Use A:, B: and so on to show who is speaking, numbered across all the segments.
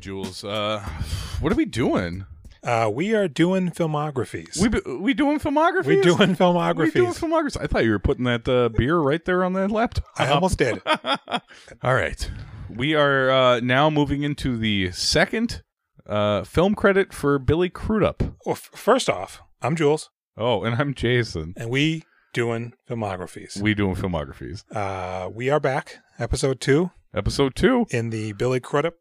A: Jules. Uh, what are we doing?
B: Uh, we are doing filmographies.
A: We we doing filmography?
B: We doing filmographies.
A: We doing filmographies. I thought you were putting that uh, beer right there on that laptop.
B: I almost did.
A: All right. We are uh, now moving into the second uh, film credit for Billy Crudup.
B: Well, f- first off, I'm Jules,
A: Oh, and I'm Jason.
B: and we doing filmographies.
A: We doing filmographies.
B: Uh, we are back, episode two
A: Episode two.
B: in the Billy Crudup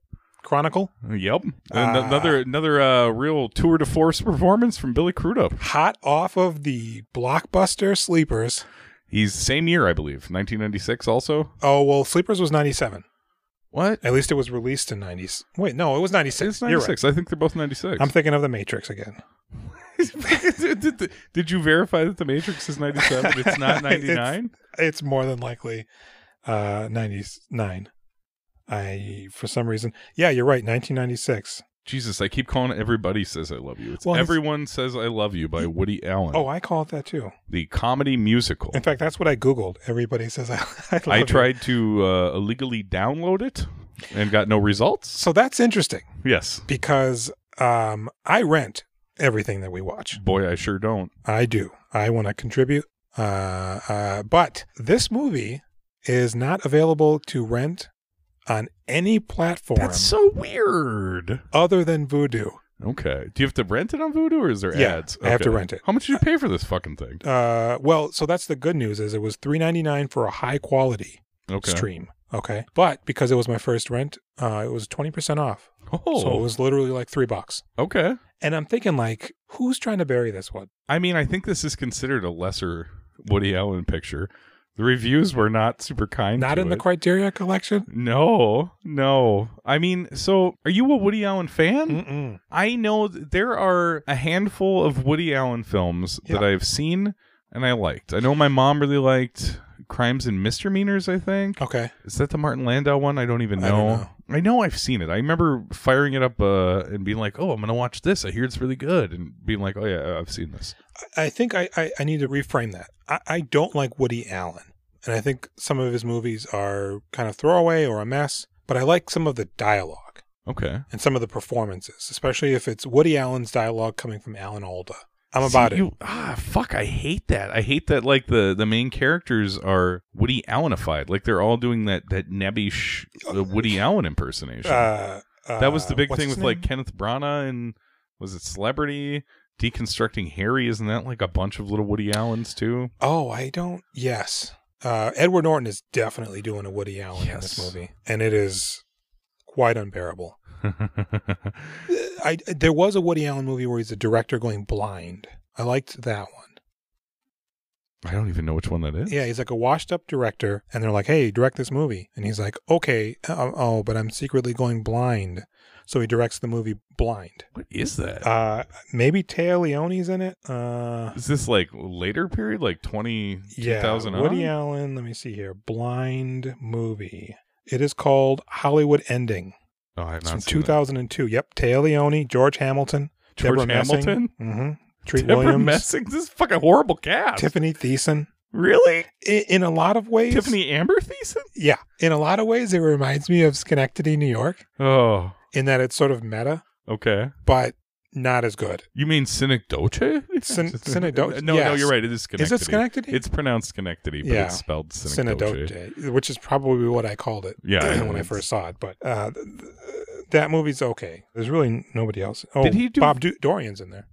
B: Chronicle.
A: Yep. And
B: Ah.
A: another another uh, real tour de force performance from Billy Crudup.
B: Hot off of the blockbuster Sleepers.
A: He's same year, I believe, 1996. Also,
B: Oh well, Sleepers was '97.
A: what?
B: At least it was released in '90s. Wait, no, it was '96.
A: It's 96. I think they're both 96.
B: I'm thinking of The Matrix again.
A: did, did you verify that the Matrix is 97? It's not 99.
B: It's more than likely uh, '99. I, for some reason, yeah, you're right. 1996.
A: Jesus, I keep calling it everybody says I love you. It's
B: Well, it's-
A: Everyone Says I Love You by Woody Allen.
B: Oh, I call it that too.
A: the comedy musical.
B: In fact, that's what I googled. Everybody says I. I, love
A: I
B: you.
A: tried to uh, illegally download it and got no results.
B: So that's interesting
A: Yes.
B: because um, I rent everything that we watch.
A: Boy, I sure don't.
B: I do. I want to contribute. Uh, uh, but this movie is not available to rent on any platform
A: That's so weird.
B: other than Vudu.
A: Okay. Do you have to rent it on Vudu or is there
B: Yeah,
A: ads?
B: I have to
A: Okay.
B: rent it.
A: How much did you pay for this fucking thing?
B: Uh, well, so that's the good news is it was three ninety nine for a high quality
A: Okay.
B: stream. Okay, but because it was my first rent, uh, it was twenty percent off.
A: Oh,
B: So it was literally like three bucks.
A: okay.
B: And I'm thinking, like, who's trying to bury this one?
A: I mean, I think this is considered a lesser Woody Allen picture. The reviews were not super kind.
B: Not
A: to
B: in
A: it.
B: the criteria collection?
A: No, no. I mean, so are you a Woody Allen fan?
B: Mm-mm.
A: I know th- there are a handful of Woody Allen films that I've seen and I liked. I know my mom really liked Crimes and Misdemeanors, I think.
B: Okay.
A: Is that the Martin Landau one? I don't even know.
B: Uh, I don't know.
A: I know I've seen it. I remember firing it up uh, and being like, oh, I'm going to watch this. I hear it's really good. And being like, oh, yeah, I've seen this.
B: I I think I, I, I need to reframe that. I, I don't like Woody Allen. And I think some of his movies are kind of throwaway or a mess, but I like some of the dialogue
A: Okay.
B: and some of the performances, especially if it's Woody Allen's dialogue coming from Alan Alda. I'm
A: See,
B: about it.
A: You, ah, fuck! I hate that. I hate that. Like the the main characters are Woody Allenified. Like they're all doing that that nebbish uh, Woody Allen impersonation.
B: Uh, uh,
A: that was the big
B: what's
A: thing
B: his
A: with like
B: name?
A: Kenneth Branagh and was it Celebrity deconstructing Harry? Isn't that like a bunch of little Woody Allens too?
B: Oh, I don't. Yes. Uh, Edward Norton is definitely doing a Woody Allen in this
A: Yes.
B: movie, and it is quite unbearable. I there was a Woody Allen movie where he's a director going blind. I liked that one.
A: I don't even know which one that is.
B: Yeah, he's like a washed-up director, and they're like, "Hey, direct this movie," and he's like, "Okay, uh, oh, but I'm secretly going blind." So he directs the movie blind.
A: What is that? Is
B: Uh, maybe Taya Leone's in it. Uh,
A: this like later period, like 20,
B: yeah,
A: 2000
B: Woody
A: on?
B: Allen. Let me see here. Blind movie. It is called Hollywood Ending.
A: Oh, I have
B: It's
A: not
B: from
A: seen that.
B: 2002. Yep, Taya Leone, George Hamilton,
A: George
B: Deborah
A: Hamilton,
B: hmm Treat
A: Deborah
B: Williams,
A: Messing. This is a fucking horrible cast.
B: Tiffany Thiessen.
A: really?
B: I- in a lot of ways,
A: Tiffany Amber Thiessen?
B: Yeah, in a lot of ways, it reminds me of Schenectady, New York,
A: Oh,
B: in that it's sort of meta,
A: okay.
B: but not as good.
A: You mean Cynic Doce?
B: Cyn- Cynic Doce,
A: No, no,
B: yes.
A: you're right. It is Schenectady.
B: Is it Schenectady?
A: It's pronounced Schenectady, but
B: Yeah.
A: it's spelled Cynic Doce.
B: Cinedote, which is probably what I called it
A: Yeah,
B: when I
A: it's-
B: first saw it. But uh, th- th- that movie's okay. There's really nobody else. Oh,
A: Did he do-
B: Bob du- Dorian's in there?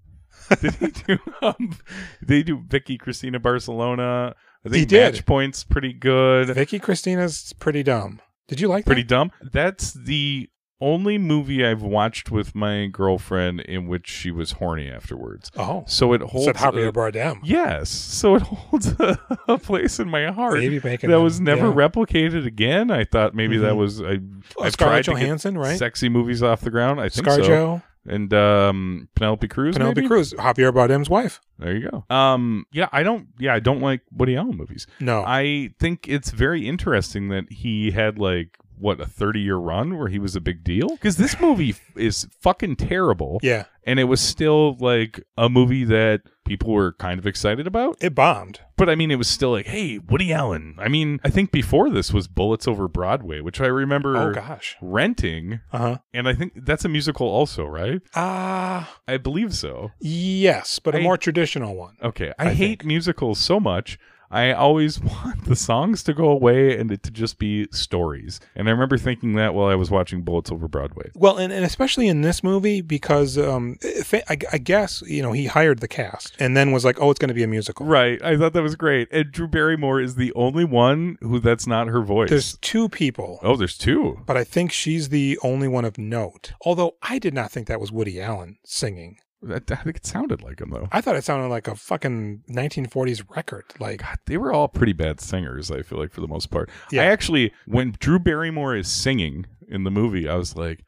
A: Did he do? Um, they do Vicky Cristina Barcelona. I think
B: He did.
A: Match Point's pretty good.
B: Vicky Christina's pretty dumb. Did you like
A: Pretty
B: that?
A: dumb. That's the only movie I've watched with my girlfriend in which she was horny afterwards.
B: Oh,
A: So it holds.
B: said Javier
A: a-
B: Bardem.
A: yes. So it holds a, a place in my heart.
B: Baby Bacon.
A: that was never
B: yeah.
A: replicated again. I thought maybe that
B: Mhm.
A: was I.
B: Oh,
A: I've tried
B: Scarlett
A: to get
B: Johansson, right?
A: sexy movies off the ground. I think so.
B: ScarJo,
A: And um, Penelope Cruz.
B: Penelope
A: maybe?
B: Cruz, Javier Bardem's wife.
A: There you go. Um, yeah, I don't. Yeah, I
B: Oh.
A: don't like Woody Allen movies.
B: No,
A: I think it's very interesting that he had like what a 30 year run where he was a big deal because this movie f- is fucking terrible
B: Yeah,
A: and it was still like a movie that people were kind of excited about
B: it bombed.
A: but i mean it was still like hey woody allen i mean i think before this was bullets over broadway which i remember
B: Oh gosh.
A: renting
B: Uh huh.
A: and i think that's a musical also right
B: Ah,
A: i believe so
B: yes, but a
A: I-
B: more traditional one.
A: okay i,
B: I
A: hate musicals so much I always want the songs to go away and it to just be stories. And I remember thinking that while I was watching Bullets Over Broadway.
B: Well, and, and especially in this movie because um, if I, I guess you know he hired the cast and then was like, oh, it's going to be a musical.
A: Right. I thought that was great. And Drew Barrymore is the only one who that's not her voice.
B: There's two people,
A: oh, there's two.
B: but I think she's the only one of note. Although I did not think that was Woody Allen singing.
A: That, I think it sounded like him, though.
B: I thought it sounded like a fucking 1940s record. Like,
A: God, they were all pretty bad singers, I feel like, for the most part.
B: Yeah.
A: I actually, when Drew Barrymore is singing in the movie, I was like,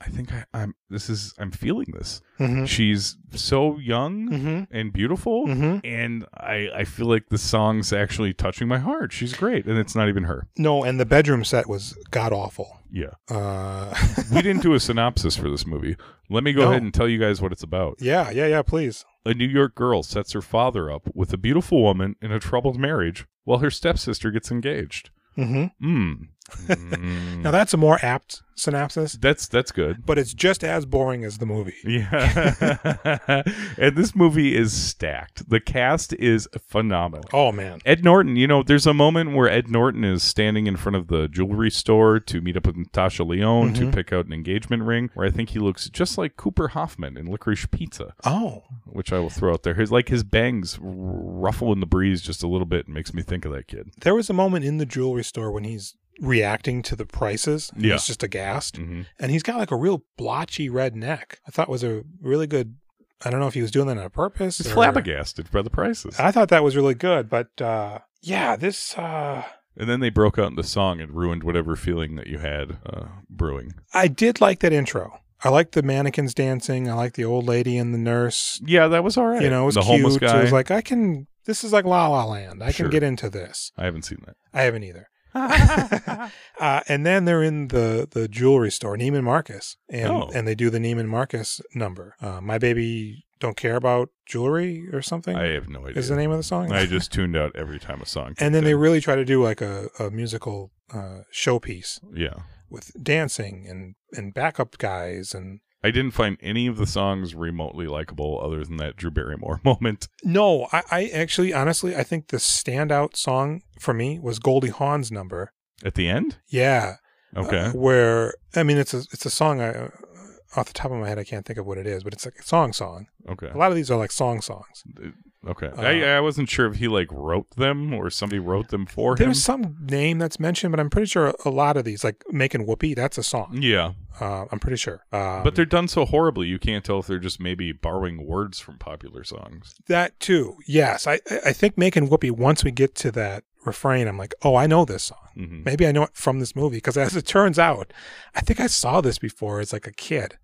A: I think I, I'm, this is, I'm feeling this.
B: mm-hmm,
A: She's so young
B: mm-hmm,
A: and beautiful.
B: mm-hmm.
A: And I, I feel like the song's actually touching my heart. She's great. And it's not even her.
B: no, and the bedroom set was god awful.
A: Yeah.
B: Uh,
A: we didn't do a synopsis for this movie. Let me go
B: No.
A: ahead and tell you guys what it's about.
B: yeah, yeah, yeah. Please.
A: A New York girl sets her father up with a beautiful woman in a troubled marriage while her stepsister gets engaged.
B: Mm-hmm.
A: Mm. Mm.
B: Now that's a more apt synopsis,
A: that's that's good.
B: but it's just as boring as the movie.
A: Yeah. and this movie is stacked. The cast is phenomenal.
B: Oh man.
A: Ed Norton, you know, there's a moment where Ed Norton is standing in front of the jewelry store to meet up with Natasha Leone to pick out an engagement ring, where I think he looks just like Cooper Hoffman in Licorice Pizza.
B: Oh,
A: which I will throw out there. His like his bangs r- ruffle in the breeze just a little bit and makes me think of that kid.
B: there was a moment in the jewelry store when he's reacting to the prices. and
A: Yeah.
B: He's just aghast.
A: Mm-hmm.
B: And he's got like a real blotchy red neck. I thought was a really good. I don't know if he was doing that on purpose.
A: He's
B: or-
A: flabbergasted by the prices.
B: I thought that was really good, but uh, yeah, this. Uh,
A: and then they broke out into song and ruined whatever feeling that you had uh, brewing.
B: I did like that intro. I like the mannequins dancing. I like the old lady and the nurse.
A: Yeah, that was all right.
B: You know, it was
A: the
B: cute.
A: homeless guy.
B: It was like I can. This is like La La Land. I
A: Sure.
B: can get into this.
A: I haven't seen that.
B: I haven't either. Uh, and then they're in the the jewelry store, Neiman Marcus, and
A: Oh.
B: and they do the Neiman Marcus number. Uh, My baby don't care about jewelry or something
A: I have no
B: is the
A: idea.
B: name of the song.
A: I just tuned out every time a song.
B: and then
A: kicked
B: they
A: in.
B: really try to do like a, a musical uh, showpiece
A: yeah.
B: with dancing and and backup guys and
A: I didn't find any of the songs remotely likable other than that Drew Barrymore moment.
B: No, I, I actually, honestly, I think the standout song for me was Goldie Hawn's number.
A: At the end?
B: Yeah.
A: Okay.
B: Uh, where I mean, it's a it's a song. I, uh, off the top of my head, I can't think of what it is, but it's like a song song.
A: okay.
B: A lot of these are like song songs.
A: Okay.
B: Uh,
A: I, I wasn't sure if he like wrote them or somebody wrote them for him.
B: There's some name that's mentioned, but I'm pretty sure a, a lot of these, like "Making Whoopee," that's a song.
A: Yeah,
B: Uh, I'm pretty sure. Um,
A: Mm. but they're done so horribly, you can't tell if they're just maybe borrowing words from popular songs.
B: that too. Yes, I I- I think "Making Whoopee." Once we get to that refrain, I'm like, oh, I know this song.
A: hmm
B: maybe I know it from this movie because as it turns out, I think I saw this before as like a kid,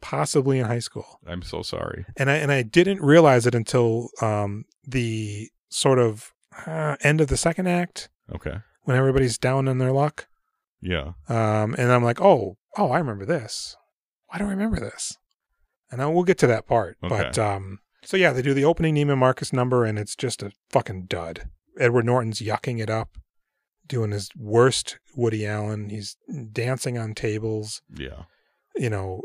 B: possibly in high school,
A: I'm so sorry.
B: and I and I didn't realize it until um, the sort of uh, end of the second act
A: Okay.
B: when everybody's down in their luck,
A: Yeah.
B: um, and I'm like, oh, oh, I remember this. Why do I remember this? And I, we'll get to that part,
A: Okay.
B: but um, so yeah, they do the opening Neiman Marcus number, and it's just a fucking dud. Edward Norton's yucking it up, doing his worst Woody Allen. He's dancing on tables.
A: Yeah.
B: You know,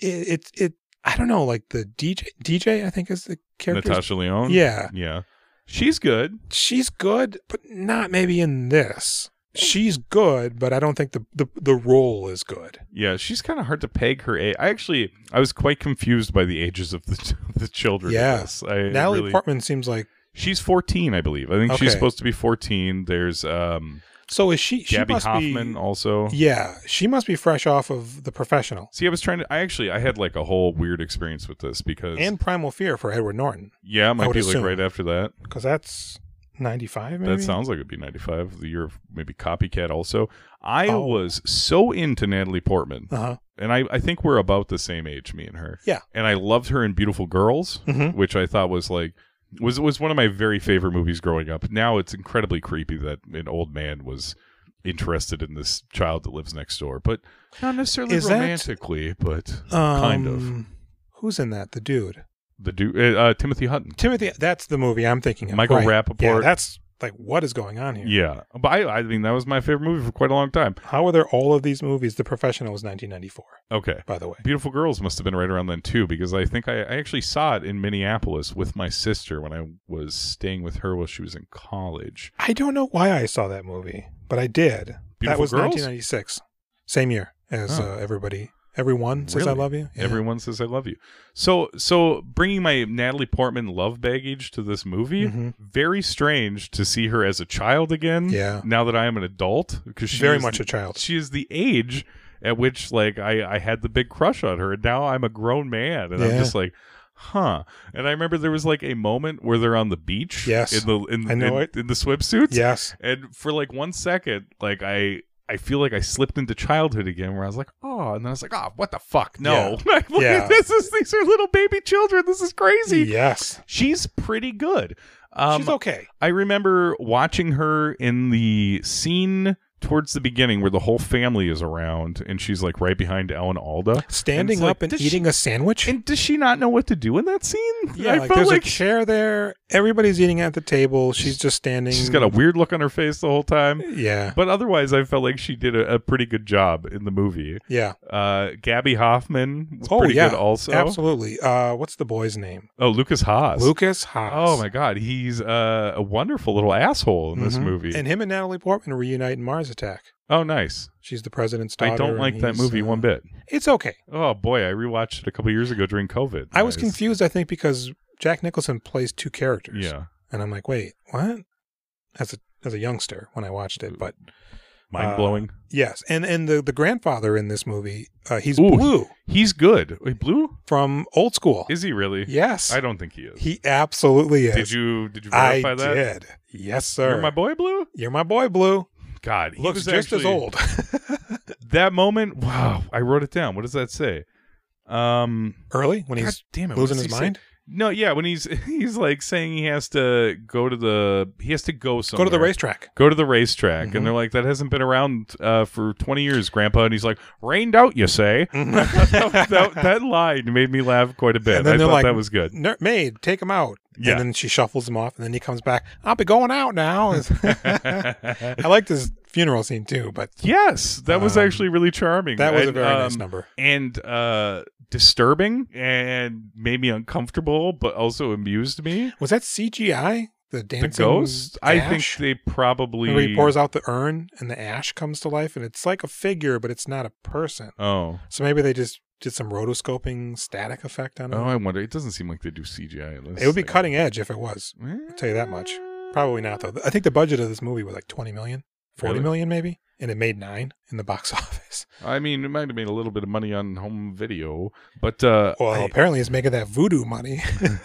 B: it it, it I don't know, like the DJ DJ I think is the character.
A: Natasha Leone.
B: Yeah,
A: Yeah. She's good.
B: she's good, but not maybe in this.
A: Oh.
B: She's good, but I don't think the the, the role is good.
A: Yeah, she's kind of hard to peg her age. I actually, I was quite confused by the ages of the the children. in
B: Yeah.
A: this. I
B: Natalie
A: really-
B: Portman seems like
A: She's 14, I believe. I think she's
B: Okay.
A: supposed to be 14. There's um,
B: so is she? She
A: Gabby
B: must
A: Hoffman also.
B: be. Yeah, she must be fresh off of the professional
A: See, I was trying to. I actually, I had like a whole weird experience with this because
B: and Primal Fear for Edward Norton
A: yeah, it might
B: would
A: be
B: assume.
A: like right after that.
B: because that's ninety five.
A: That sounds like it'd be 95, the year of maybe Copycat also. I
B: Oh.
A: was so into Natalie Portman,
B: Uh huh.
A: and I, I think we're about the same age, me and her.
B: Yeah.
A: And I loved her in Beautiful Girls,
B: Mhm.
A: which I thought was like, was was one of my very favorite movies growing up. Now it's incredibly creepy that an old man was interested in this child that lives next door, but not necessarily
B: Is that-
A: romantically, but
B: Um,
A: Kind of.
B: Who's in that? The dude.
A: the dude, uh, uh, Timothy Hutton.
B: Timothy. That's the movie I'm thinking of.
A: Michael
B: right.
A: Rappaport.
B: Yeah, that's like, what is going on here?
A: Yeah. But I, I mean, that was my favorite movie for quite a long time.
B: How are there all of these movies? The Professional was 1994,
A: Okay.
B: by the way.
A: Beautiful Girls must have been right around then too, because I think I, I actually saw it in Minneapolis with my sister when I was staying with her while she was in college.
B: I don't know why I saw that movie, but I did. that
A: Beautiful
B: was
A: Girls?
B: 1996, same year as
A: Oh.
B: uh, everybody. Everyone says I
A: Really?
B: love you. Yeah.
A: Everyone says I love you. So, so bringing my Natalie Portman love baggage to this movie,
B: Mhm.
A: very strange to see her as a child again.
B: Yeah.
A: Now that I am an adult, because she
B: very
A: is-
B: much a child.
A: she is the age at which like I, I had the big crush on her and now I'm a grown man and I'm
B: Yeah.
A: just like huh and I remember there was like a moment where they're on the beach
B: Yes.
A: in the in,
B: I know
A: in,
B: it.
A: in the swimsuits
B: Yes.
A: and for like one second like I I feel like I slipped into childhood again where I was like oh and then I was like oh what the fuck no Like, look at
B: Yeah.
A: this is these are little baby children this is crazy
B: Yes.
A: she's pretty good um
B: She's okay.
A: I remember watching her in the scene towards the beginning where the whole family is around and she's like right behind Ellen Alda.
B: Standing
A: like,
B: up and
A: does
B: eating a sandwich.
A: And does she not know what to do in that scene?
B: yeah,
A: I
B: like
A: felt
B: there's
A: like
B: a chair there. Everybody's eating at the table. She's just standing.
A: she's got a weird look on her face the whole time.
B: Yeah.
A: But otherwise, I felt like she did a, a pretty good job in the movie.
B: Yeah.
A: Uh, Gabby Hoffman was
B: Oh,
A: pretty
B: yeah.
A: good also.
B: Absolutely. Uh, what's the boy's name?
A: Oh, Lucas Haas.
B: Lucas Haas.
A: Oh my God, he's uh, a wonderful little asshole in this
B: Mhm.
A: movie.
B: And him and Natalie Portman reunite in Mars Attack.
A: oh, nice.
B: She's the president's daughter.
A: I don't
B: and
A: like that
B: he's,
A: movie
B: uh,
A: one bit.
B: It's okay.
A: Oh boy, I rewatched it a couple years ago during COVID.
B: I was
A: Nice.
B: confused, Uh, I think, because Jack Nicholson plays two characters.
A: Yeah,
B: And I'm like, wait, what? As a as a youngster when I watched it, but
A: mind blowing.
B: yes, and and the the grandfather in this movie, uh, he's
A: Ooh.
B: blue
A: He's good. Wait, blue?
B: from Old School.
A: Is he really?
B: yes,
A: I don't think he is.
B: he absolutely is.
A: Did you did you
B: I
A: verify that?
B: did. Yes, sir.
A: You're my boy, Blue.
B: You're my boy, Blue.
A: God, he was
B: Looks just as
A: actually-
B: old.
A: That moment, wow! I wrote it down. What does that say? Um,
B: Early when
A: God
B: he's
A: damn it, what
B: losing
A: does
B: his
A: he say?
B: mind.
A: No, yeah, when he's he's like saying he has to go to the he has to go somewhere.
B: Go to the racetrack.
A: Go to the racetrack,
B: Mhm.
A: and they're like, "That hasn't been around uh, for twenty years, Grandpa." And he's like, "Rained out, you say?" that, that- that line made me laugh quite a bit.
B: And then
A: I
B: they're
A: thought
B: like-
A: that was good.
B: Ner- maid, take him out.
A: Yeah.
B: And then she shuffles him off, and then he comes back. I'll be going out now. I liked his funeral scene too, but
A: yes, that was
B: Um,
A: actually really charming.
B: that was a
A: And,
B: very nice
A: um,
B: number.
A: And uh, disturbing and made me uncomfortable, but also amused me.
B: Was that CGI? The
A: The
B: dancing
A: ghost, I think
B: ash?
A: they
B: Remember he
A: probably.
B: pours out the urn, and the ash comes to life, and it's like a figure, but it's not a person.
A: Oh,
B: So maybe they just did some rotoscoping static effect on it.
A: oh, I wonder. It doesn't seem like they do CGI. in this
B: it would be
A: thing.
B: cutting edge if it was.
A: I'll
B: tell you that much. Probably not though. I think the budget of this movie was like 20 million, 40
A: Really?
B: million maybe, and it made 9 in the box office.
A: I mean, it might have made a little bit of money on home video, but uh,
B: Well,
A: I-
B: apparently it's making that voodoo money.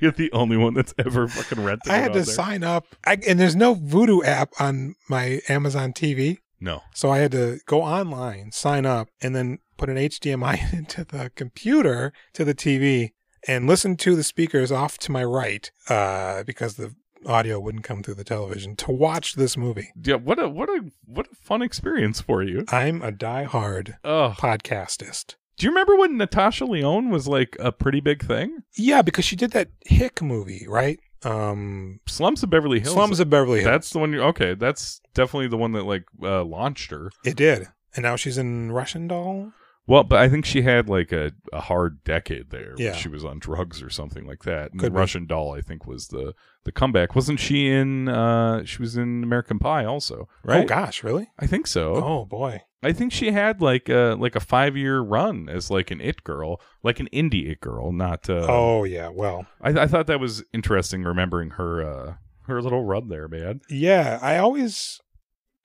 A: you're the only one that's ever fucking rented.
B: I
A: it
B: had
A: out
B: to
A: there.
B: sign up, I, and there's no voodoo app on my Amazon TV,
A: No,
B: so I had to go online, sign up, and then put an HDMI into the computer to the TV and listen to the speakers off to my right uh, because the audio wouldn't come through the television to watch this movie.
A: yeah. What a what a what a fun experience for you.
B: I'm a diehard
A: Oh,
B: podcastist.
A: do you remember when Natasha Leone was like a pretty big thing?
B: Yeah, because she did that Hick movie, right? Um,
A: Slums of Beverly Hills.
B: Slums of Beverly Hills.
A: That's the one. You okay? That's definitely the one that like uh, launched her.
B: It did. And now she's in Russian Doll.
A: Well, but I think she had like a, a hard decade there. where
B: Yeah.
A: she was on drugs or something like that. And
B: Could be.
A: Russian Doll, I think, was the the comeback. Wasn't she in? uh She was in American Pie also, right?
B: Oh gosh, really?
A: I think so.
B: Oh boy.
A: I think she had like a like a five year run as like an it girl, like an indie it girl. Not uh,
B: oh yeah. Well,
A: I, I thought that was interesting remembering her uh, her little run there, man.
B: yeah. I always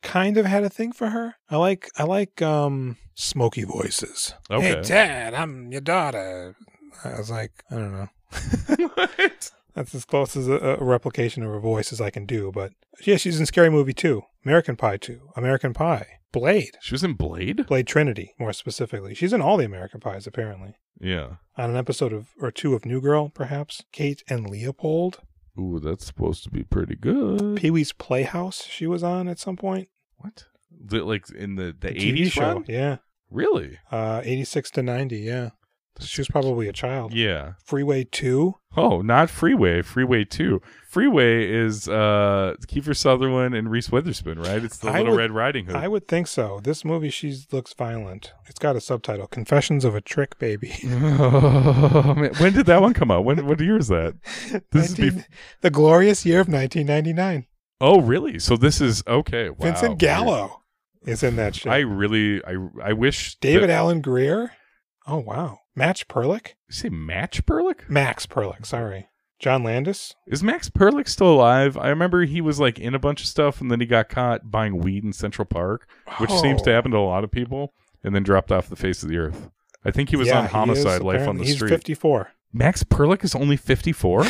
B: kind of had a thing for her. I like I like um smoky voices.
A: Okay.
B: Hey Dad, I'm your daughter. I was like, I don't know.
A: what?
B: That's as close as a, a replication of her voice as I can do. But yeah, she's in Scary Movie Two, American Pie Two, American Pie, Blade,
A: She was in Blade.
B: Blade Trinity, more specifically. She's in all the American Pies apparently.
A: Yeah.
B: On an episode of or two of New Girl, perhaps Kate and Leopold.
A: Ooh, that's supposed to be pretty good.
B: Pee Wee's Playhouse she was on at some point.
A: What? The, like in the the
B: TV
A: eighties
B: show.
A: run?
B: Yeah.
A: Really?
B: Uh, 86 to 90. Yeah. She was probably a child.
A: Yeah.
B: Freeway 2.
A: Oh, not Freeway. Freeway Two. Freeway is uh Kiefer Sutherland and Reese Witherspoon, right? It's the
B: I
A: Little
B: would-
A: Red Riding Hood.
B: I would think so. This movie, she looks violent. It's got a subtitle Confessions of a Trick Baby.
A: Oh, man. When did that one come out? When what year is that? This is
B: 19
A: bef-
B: the glorious year of 1999.
A: Oh, really? So this is okay. Wow.
B: Vincent Gallo is in that shit.
A: I really, I, I wish That,
B: David Allen Greer. Oh, wow. Match Perlick?
A: you say Match Perlick?
B: Max Perlick, sorry. John Landis?
A: Is Max Perlick still alive? I remember he was like in a bunch of stuff, and then he got caught buying weed in Central Park, which seems to
B: Oh.
A: happen to a lot of people, and then dropped off the face of the earth. I think he was
B: Yeah,
A: on
B: is,
A: homicide, life on
B: apparently.
A: the
B: He's
A: street.
B: 54.
A: Max Perlick is only fifty-four.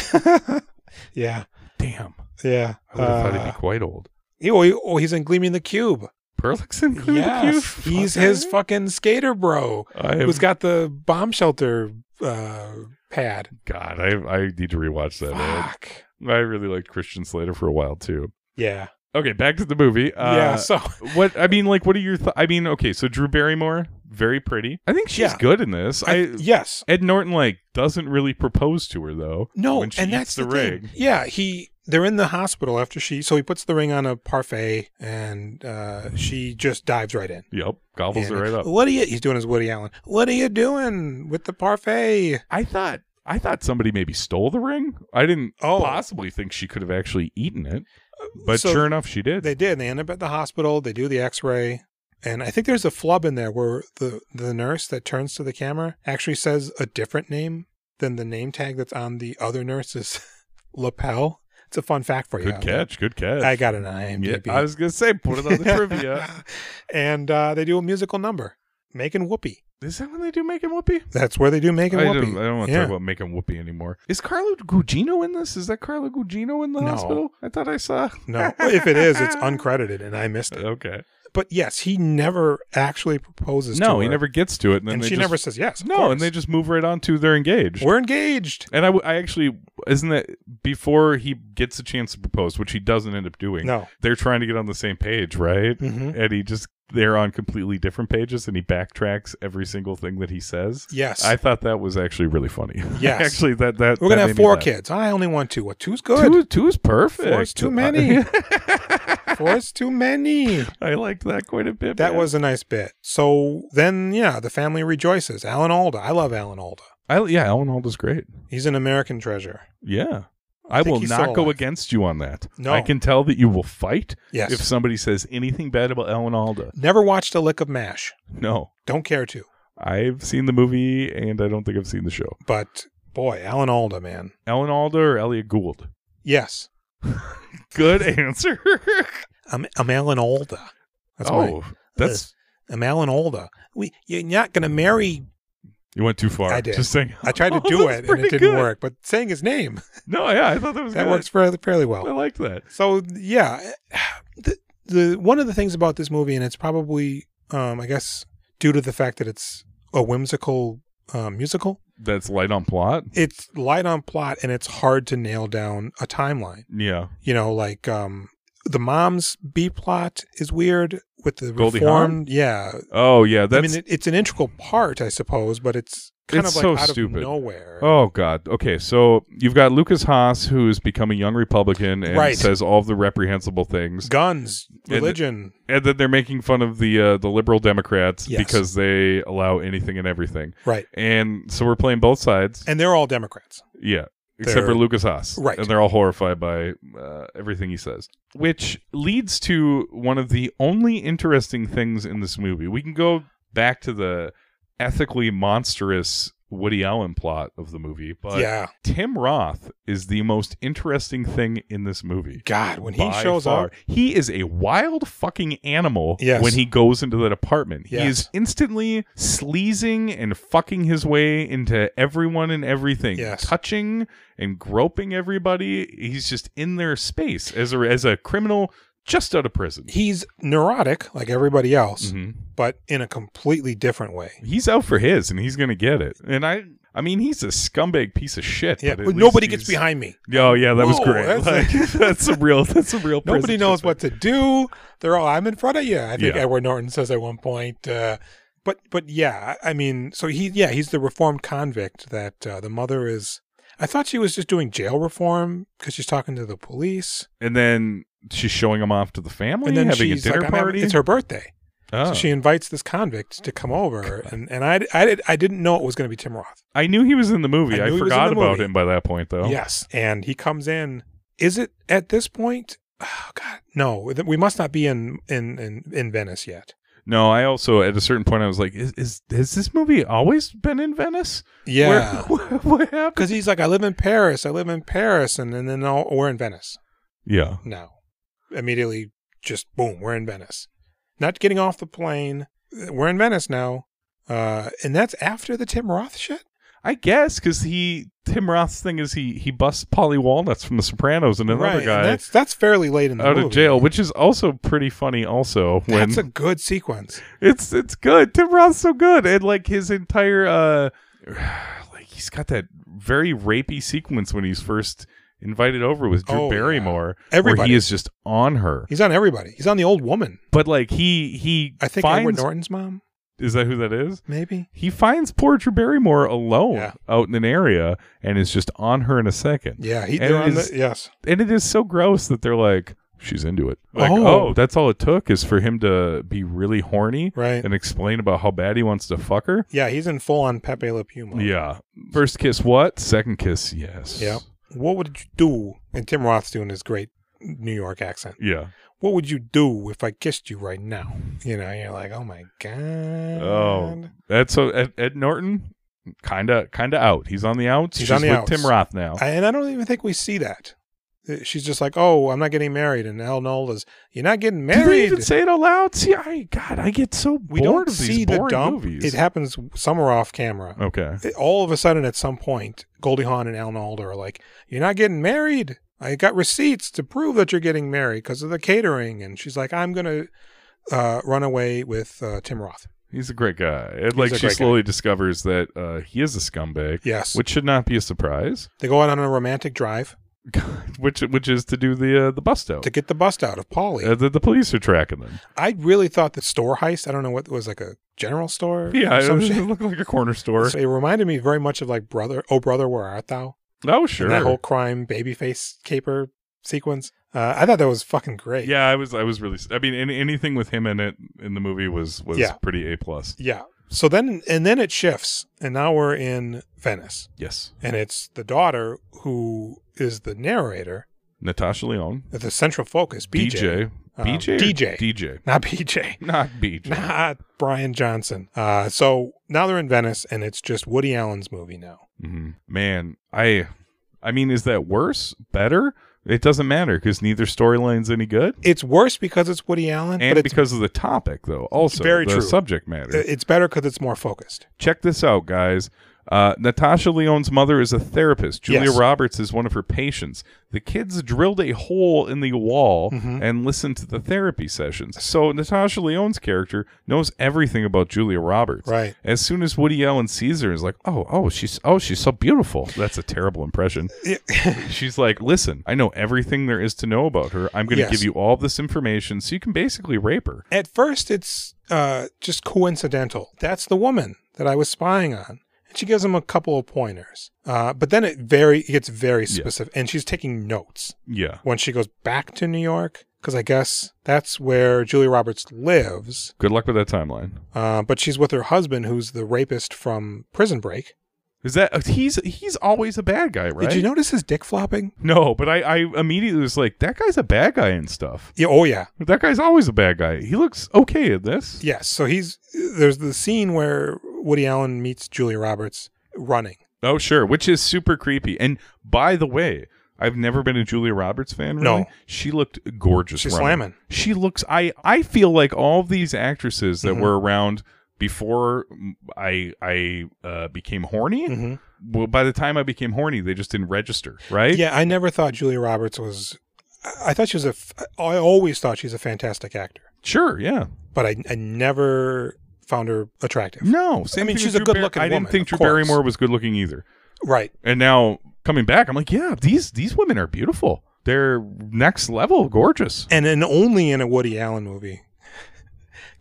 B: yeah,
A: Damn,
B: yeah.
A: I would have thought he'd
B: Uh,
A: be quite old.
B: he- oh, he- oh, he's in Gleaming the Cube.
A: Perlick's in Clear
B: Yes,
A: the Cube.
B: he's his fucking skater bro
A: I have-
B: who's got the bomb shelter uh, pad.
A: God, I I need to rewatch that. Man.
B: Fuck.
A: I really liked Christian Slater for a while too.
B: Yeah.
A: Okay, back to the movie. Uh,
B: yeah. So
A: what I mean, like, what are your? Th- I mean, okay, so Drew Barrymore, very pretty. I think she's
B: Yeah.
A: good in this. I,
B: I, yes.
A: Ed Norton like doesn't really propose to her though.
B: No,
A: when she
B: and
A: eats
B: that's
A: the
B: the, thing.
A: ring.
B: Yeah, he they're in the hospital after she so he puts the ring on a parfait and uh, she just dives right in.
A: Yep, gobbles
B: And,
A: her right up.
B: What are you he's doing his Woody Allen. What are you doing with the parfait?
A: I thought I thought somebody maybe stole the ring. I didn't
B: Oh.
A: possibly think she could have actually eaten it, but
B: So
A: sure enough, she did.
B: They did. They end up at the hospital, they do the x ray. And I think there's a flub in there where the, the nurse that turns to the camera actually says a different name than the name tag that's on the other nurse's lapel. It's a fun fact for you.
A: good catch, good catch.
B: I got an
A: Yeah,
B: IMDb.
A: I was gonna say put it on the trivia.
B: and uh, they do a musical number, Making Whoopee.
A: Is that when they do making whoopee?
B: That's where they do Making
A: I
B: Whoopee.
A: don't, I don't want to
B: yeah.
A: talk about making whoopee anymore. Is Carlo Gugino in this? Is that Carlo Gugino in the
B: No.
A: hospital? I thought I saw.
B: no, if it is, it's uncredited, and I missed it.
A: Okay.
B: But yes, he never actually proposes. to
A: No, he
B: her,
A: never gets to it, and then
B: And
A: they
B: she
A: just,
B: never says yes. of
A: No, and they
B: course.
A: just move right on to they're engaged.
B: we're engaged.
A: and I, w- I actually isn't that before he gets a chance to propose, which he doesn't end up doing.
B: No,
A: They're trying to get on the same page, right?
B: Mhm.
A: And he just they're on completely different pages, and he backtracks every single thing that he says.
B: yes,
A: I thought that was actually really funny.
B: Yes.
A: actually, that that
B: we're gonna
A: that
B: have
A: made me
B: four
A: laugh.
B: kids. I only want two. What two's good?
A: Two, two is perfect.
B: Four is too many.
A: I,
B: Four's too many.
A: liked that quite a bit.
B: That
A: man.
B: was a nice bit. So then, yeah, the family rejoices. Alan Alda. I love Alan Alda.
A: I, yeah. Alan Alda's great.
B: He's an American treasure.
A: Yeah. I,
B: think
A: will
B: he's
A: not
B: still
A: go
B: alive.
A: against you on that.
B: No.
A: I can tell that you will fight
B: Yes.
A: if somebody says anything bad about Alan Alda.
B: Never watched a lick of MASH.
A: No.
B: Don't care to.
A: I've seen the movie and I don't think I've seen the show.
B: But boy, Alan Alda, man.
A: Alan Alda or Elliot Gould?
B: Yes.
A: Good answer.
B: I'm, I'm Alan Alda. That's
A: oh,
B: my,
A: that's
B: I'm Alan Alda. We, you're not going to marry.
A: you went too far.
B: I did.
A: Just saying.
B: I tried to
A: Oh,
B: do
A: that's
B: it and it
A: pretty
B: didn't
A: good.
B: work, but saying his name,
A: No, yeah, I thought that was
B: that
A: good.
B: works fairly, fairly
A: I
B: well.
A: liked that.
B: So, yeah. eh, The, the One of the things about this movie, and it's probably, um, I guess, due to the fact that it's a whimsical um, musical,
A: That's light on plot.
B: it's light on plot and it's hard to nail down a timeline.
A: Yeah.
B: you know, like um the mom's B plot is weird with the
A: Goldie
B: reformed. Yeah,
A: Oh yeah, that's
B: I mean, it, it's an integral part, I suppose, but it's kind
A: It's
B: of
A: so
B: like out
A: stupid.
B: of nowhere.
A: Oh God. Okay, so you've got Lucas Haas, who has become a young Republican and
B: Right.
A: says all of the reprehensible things,
B: Guns,
A: And-
B: religion,
A: and then they're making fun of the uh, the liberal Democrats
B: Yes.
A: because they allow anything and everything.
B: right?
A: And so we're playing both sides.
B: And they're all Democrats.
A: yeah, except for
B: They're-
A: Lucas Haas,
B: Right.
A: And they're all horrified by uh, everything he says, which leads to one of the only interesting things in this movie. We can go back to the ethically monstrous Woody Allen plot of the movie, but
B: yeah,
A: Tim Roth is the most interesting thing in this movie.
B: God, when he
A: By
B: shows
A: far.
B: up,
A: he is a wild fucking animal
B: Yes.
A: when he goes into that apartment. He
B: Yes.
A: is instantly sleazing and fucking his way into everyone and everything,
B: Yes.
A: touching and groping everybody. He's just in their space as a as a criminal just out of prison.
B: he's neurotic like everybody else,
A: Mhm.
B: but in a completely different way.
A: He's out for his and he's going to get it. And I I mean, he's a scumbag piece of shit.
B: Yeah,
A: but at
B: but
A: least
B: nobody gets
A: he's-
B: behind me.
A: Oh yeah, that was
B: Whoa,
A: great.
B: that's
A: Like, That's, a real. That's a real.
B: Nobody
A: prison
B: knows
A: shit.
B: what to do. They're all I'm in front of you. I think
A: Yeah.
B: Edward Norton says at one point. Uh, but but yeah, I I mean, so he yeah he's the reformed convict that uh, the mother is. I thought she was just doing jail reform because she's talking to the police,
A: And then she's showing him off to the family,
B: and then
A: having
B: she's
A: a dinner
B: like, I'm having-
A: party.
B: it's her birthday,
A: oh.
B: so she invites this convict to come over, and and I I, did, I didn't know it was going to be Tim Roth.
A: I knew he was in the movie. I,
B: I knew he was in
A: forgot
B: the
A: about
B: movie.
A: him by that point, though.
B: Yes, and he comes in. Is it at this point? Oh God, no. We must not be in in in, in Venice yet.
A: No, I also at a certain point I was like, is, is has this movie always been in Venice?
B: Yeah,
A: Where, what happened?
B: because he's like, I live in Paris. I live in Paris, and, and then all, we're in Venice
A: Yeah.
B: now. Immediately, just boom, we're in Venice. Not getting off the plane. We're in Venice now, uh, and that's after the Tim Roth shit.
A: I guess because he Tim Roth's thing is he he busts Polly Walnuts from The Sopranos and another
B: right, and
A: guy
B: that's that's fairly late in the
A: out
B: movie.
A: of jail, which is also pretty funny. Also, when
B: That's a good sequence.
A: it's it's good, Tim Roth's so good, and like his entire uh, like he's got that very rapey sequence when he's first invited over with Drew
B: Oh, yeah.
A: Barrymore, where
B: Everybody.
A: he is just on her.
B: He's on everybody. He's on the old woman.
A: But like he he
B: I think Edward
A: finds
B: Norton's mom,
A: is that who that is?
B: maybe.
A: He finds poor Drew Barrymore alone
B: Yeah.
A: out in an area and is just on her in a second.
B: Yeah, he
A: And
B: they're
A: it
B: on
A: is-
B: the, yes.
A: And it is so gross that they're like, she's into it. Like,
B: Oh.
A: oh. that's all it took is for him to be really horny
B: Right.
A: and explain about how bad he wants to fuck her.
B: Yeah, he's in full on Pepe Le Pew mode.
A: Yeah. First kiss, what? Second kiss, yes.
B: Yeah. What would you do? And Tim Roth's doing his great New York accent.
A: Yeah.
B: What would you do if I kissed you right now? You know, you're like, oh my god.
A: Oh, that's so Ed, Ed Norton, kinda kinda out. He's on the outs.
B: He's
A: She's
B: on the
A: with
B: outs.
A: Tim Roth now.
B: I, and I don't even think we see that. Uh, She's just like, oh, I'm not getting married, and Al Nola's, you're not getting
A: Do they
B: married.
A: even say it out loud? See, I God, I get so
B: we
A: bored
B: don't
A: of these
B: see the
A: boring
B: dump.
A: movies.
B: It happens somewhere off camera.
A: okay,
B: it- eh, all of a sudden at some point, Goldie Hawn and Alan Alda are like, "You're not getting married. I got receipts to prove that you're getting married because of the catering." And she's like, "I'm gonna uh, run away with uh, Tim Roth."
A: he's a great guy. And like
B: a
A: she
B: great
A: slowly discovers that uh, he is a scumbag,
B: Yes,
A: which should not be a surprise.
B: they go out on a romantic drive
A: which which is to do the uh, the bust out.
B: to get the bust out of Polly.
A: Uh, the, the police are tracking them.
B: I really thought the store heist—I don't know what it was like a general store.
A: Yeah,
B: or some
A: it, it
B: shit.
A: looked like a corner store.
B: So it reminded me very much of like brother, oh brother, where art thou?
A: Oh
B: And that
A: sure.
B: whole crime babyface caper sequence. Uh, I thought that was fucking great.
A: yeah, I was I was really. I mean, any, anything with him in it in the movie was was
B: Yeah.
A: pretty a plus.
B: Yeah. So then, and then it shifts, and now we're in Venice,
A: Yes,
B: and it's the daughter who is the narrator,
A: Natasha Leon,
B: the central focus, BJ,
A: DJ,
B: Um,
A: BJ, or
B: DJ.
A: DJ,
B: not BJ,
A: not BJ.
B: not Brian Johnson. Uh, so now they're in Venice, and it's just Woody Allen's movie now.
A: Mhm. Man, I, I mean, is that worse? Better? It doesn't matter because neither storyline's any good,
B: It's worse because it's Woody Allen,
A: and
B: but it's
A: because of the topic, though. Also,
B: very
A: the
B: true.
A: subject matter.
B: it's better because it's more focused.
A: Check this out, guys. Uh, Natasha Leon's mother is a therapist. Julia
B: Yes.
A: Roberts is one of her patients. The kids drilled a hole in the wall
B: Mhm.
A: and listened to the therapy sessions. So Natasha Leon's character knows everything about Julia Roberts.
B: Right.
A: As soon as Woody Allen sees her, is like, "Oh, oh, she's oh, she's so beautiful." That's a terrible impression. She's like, listen, I know everything there is to know about her. I'm going to
B: Yes.
A: give you all this information so you can basically rape her.
B: At first, it's uh, just coincidental. That's the woman that I was spying on. And she gives him a couple of pointers. Uh, but then it very it gets very specific. And she's taking notes
A: Yeah.
B: when she goes back to New York, because I guess that's where Julia Roberts lives.
A: Good luck with that timeline.
B: Uh, but she's with her husband, who's the rapist from Prison Break.
A: Is that uh, he's he's always a bad guy, right?
B: Did you notice his dick flopping?
A: No, but I, I immediately was like, that guy's a bad guy and stuff.
B: Yeah, oh, yeah.
A: That guy's always a bad guy. He looks okay in this.
B: Yes. So he's there's the scene where Woody Allen meets Julia Roberts running.
A: Oh, sure, which is super creepy. And by the way, I've never been a Julia Roberts fan. Really.
B: No.
A: she looked gorgeous.
B: She's
A: running.
B: slamming.
A: She looks. I I feel like all of these actresses that
B: Mhm.
A: were around before I I uh, became horny.
B: Mhm.
A: Well, by the time I became horny, they just didn't register, right?
B: Yeah, I never thought Julia Roberts was. I- I thought she was a. f- I always thought she's a fantastic actor,
A: Sure. Yeah.
B: but I, I never found her attractive.
A: No, same
B: I mean,
A: thing
B: she's
A: with
B: a
A: Drew Bar-
B: good-looking
A: I didn't
B: woman,
A: think
B: of
A: Drew
B: course.
A: Barrymore was good looking either.
B: Right.
A: And now coming back, I'm like, yeah, these these women are beautiful. They're next level gorgeous.
B: And then only in a Woody Allen movie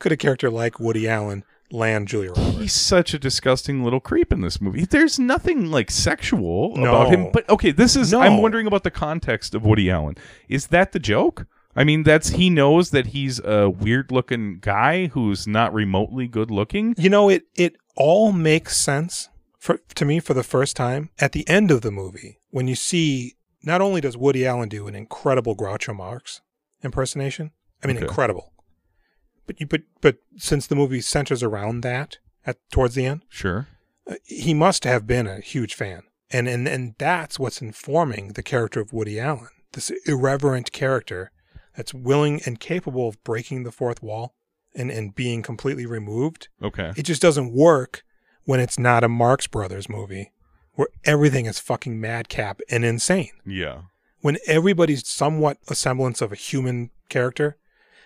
B: could a character like Woody Allen land Julia Roberts.
A: He's such a disgusting little creep in this movie. There's nothing like sexual
B: No.
A: about him. But okay, this is
B: No.
A: I'm wondering about the context of Woody Allen. Is that the joke? I mean, that's he knows that he's a weird looking guy who's not remotely good looking.
B: You know, it it all makes sense for to me for the first time at the end of the movie when you see not only does Woody Allen do an incredible Groucho Marx impersonation, I mean
A: Okay.
B: incredible, but you but but since the movie centers around that at towards the end,
A: Sure.
B: uh, he must have been a huge fan, and and and that's what's informing the character of Woody Allen, this irreverent character that's willing and capable of breaking the fourth wall and and being completely removed
A: Okay.
B: it just doesn't work when it's not a Marx Brothers movie where everything is fucking madcap and insane.
A: Yeah.
B: When everybody's somewhat a semblance of a human character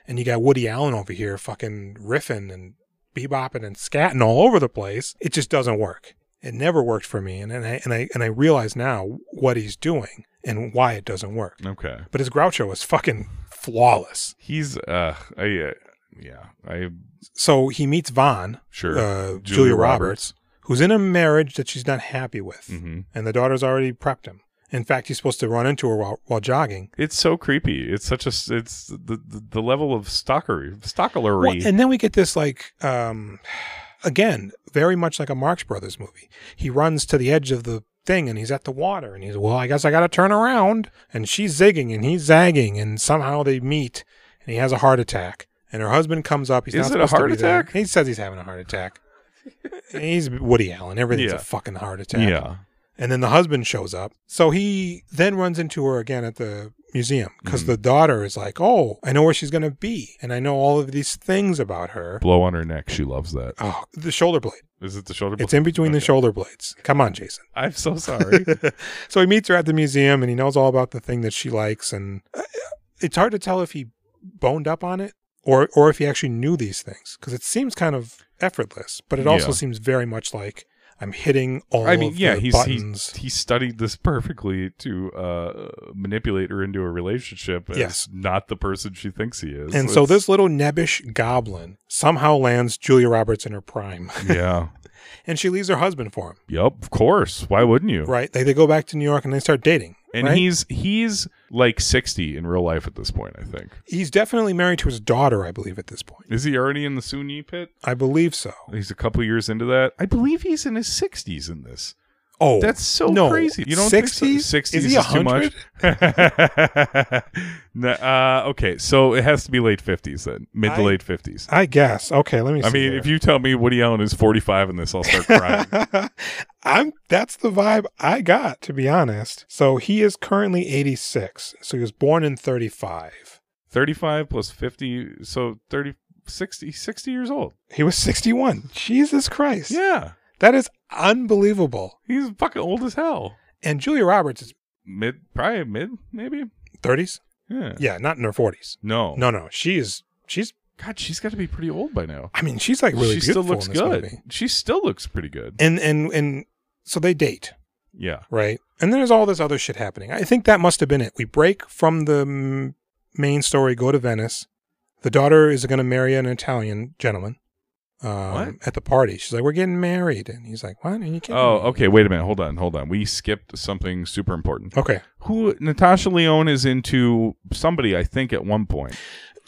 B: and you got Woody Allen over here fucking riffing and bebopping and scatting all over the place, it just doesn't work. It never worked for me and, and I and I and I realize now what he's doing and why it doesn't work.
A: Okay.
B: But his Groucho is fucking flawless.
A: He's uh I uh, yeah, I
B: So he meets Vaughn,
A: sure.
B: uh, Julia, Roberts, who's in a marriage that she's not happy with.
A: hmm
B: and the daughter's already prepped him. In fact, he's supposed to run into her while, while jogging.
A: It's so creepy. It's such a s- it's the the, the level of stalkery, stalkery.
B: Well, and then we get this like um again, very much like a Marx Brothers movie. He runs to the edge of the thing and he's at the water and he's well, I guess I got to turn around and she's zigging and he's zagging and somehow they meet and he has a heart attack and her husband comes up. He's
A: Is
B: not
A: it a
B: supposed to
A: heart
B: be there.
A: attack?
B: He says he's having a heart attack. he's Woody Allen. Everything's
A: Yeah.
B: a fucking heart attack.
A: yeah.
B: And then the husband shows up. So he then runs into her again at the museum because
A: Mhm.
B: the daughter is like, Oh, I know where she's going to be. And I know all of these things about her.
A: Blow on her neck. She loves that.
B: Oh, the shoulder blade.
A: Is it the shoulder?
B: It's in between the
A: Okay.
B: shoulder blades. Come on, Jason.
A: I'm so sorry.
B: so he meets her at the museum and he knows all about the thing that she likes. And uh, it's hard to tell if he boned up on it or, or if he actually knew these things because it seems kind of effortless, but it also
A: Yeah.
B: seems very much like I'm hitting all
A: I mean,
B: of
A: yeah,
B: the
A: he's he,
B: buttons.
A: he studied this perfectly to uh, manipulate her into a relationship as
B: Yes.
A: not the person she thinks he is.
B: And so
A: It's-
B: this little nebbish goblin somehow lands Julia Roberts in her prime,
A: yeah,
B: and she leaves her husband for him.
A: yep, of course. Why wouldn't you?
B: Right? They they go back to New York and they start dating.
A: And
B: right?
A: he's he's like 60 in real life at this point. I think
B: he's definitely married to his daughter, I believe, at this point.
A: is he already in the Sunni pit?
B: I believe so.
A: He's a couple years into that. I believe he's in his 60s in this.
B: Oh,
A: That's so
B: no.
A: crazy. You don't
B: sixties?
A: think so? 60s
B: Is he
A: too much?
B: hundred?
A: No, uh, okay, so it has to be late 50s then, mid to
B: I-
A: late 50s.
B: I guess. Okay, let me.
A: I mean, if you tell me Woody Allen is 45 in this, I'll start crying.
B: I'm that's the vibe I got to be honest. So he is currently 86. So he was born in 35.
A: 35 plus 50, so 30, 60, 60 years old.
B: He was 61. Jesus Christ.
A: Yeah,
B: That is unbelievable.
A: he's fucking old as hell.
B: And Julia Roberts is
A: Mid, probably mid, maybe.
B: 30s?
A: Yeah. Oh.
B: Yeah, not in her 40s.
A: No.
B: No, no. She is, she's,
A: God, she's got to be pretty old by now.
B: I mean, she's like really
A: she
B: beautiful
A: still looks
B: in this
A: good.
B: movie.
A: She still looks pretty good.
B: And, and, and so they date,
A: Yeah.
B: right? And then there's all this other shit happening. I think that must have been it. We break from the mm, main story, go to Venice. The daughter is going to marry an Italian gentleman. Um,
A: What?
B: At the party, she's like, "We're getting married," and he's like, "What? Are you kidding?"
A: Oh, okay. Wait a minute. Hold on. Hold on. We skipped something super important.
B: me?" okay.
A: Who Natasha Leone is into somebody, I think, at one point.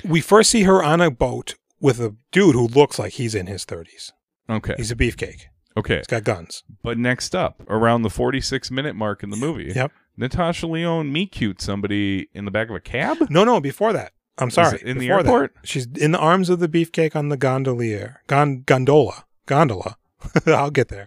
B: We first see her on a boat with a dude who looks like he's in his 30s.
A: Okay.
B: He's a beefcake.
A: Okay.
B: He's got guns.
A: But next up, around the 46 minute mark in the movie,
B: Yep.
A: Natasha Leone meet cute somebody in the back of a cab.
B: No, no, before that. I'm sorry.
A: it in the
B: before that.
A: airport?
B: she's in the arms of the beefcake on the gondolier, gon- gondola, gondola. I'll get there.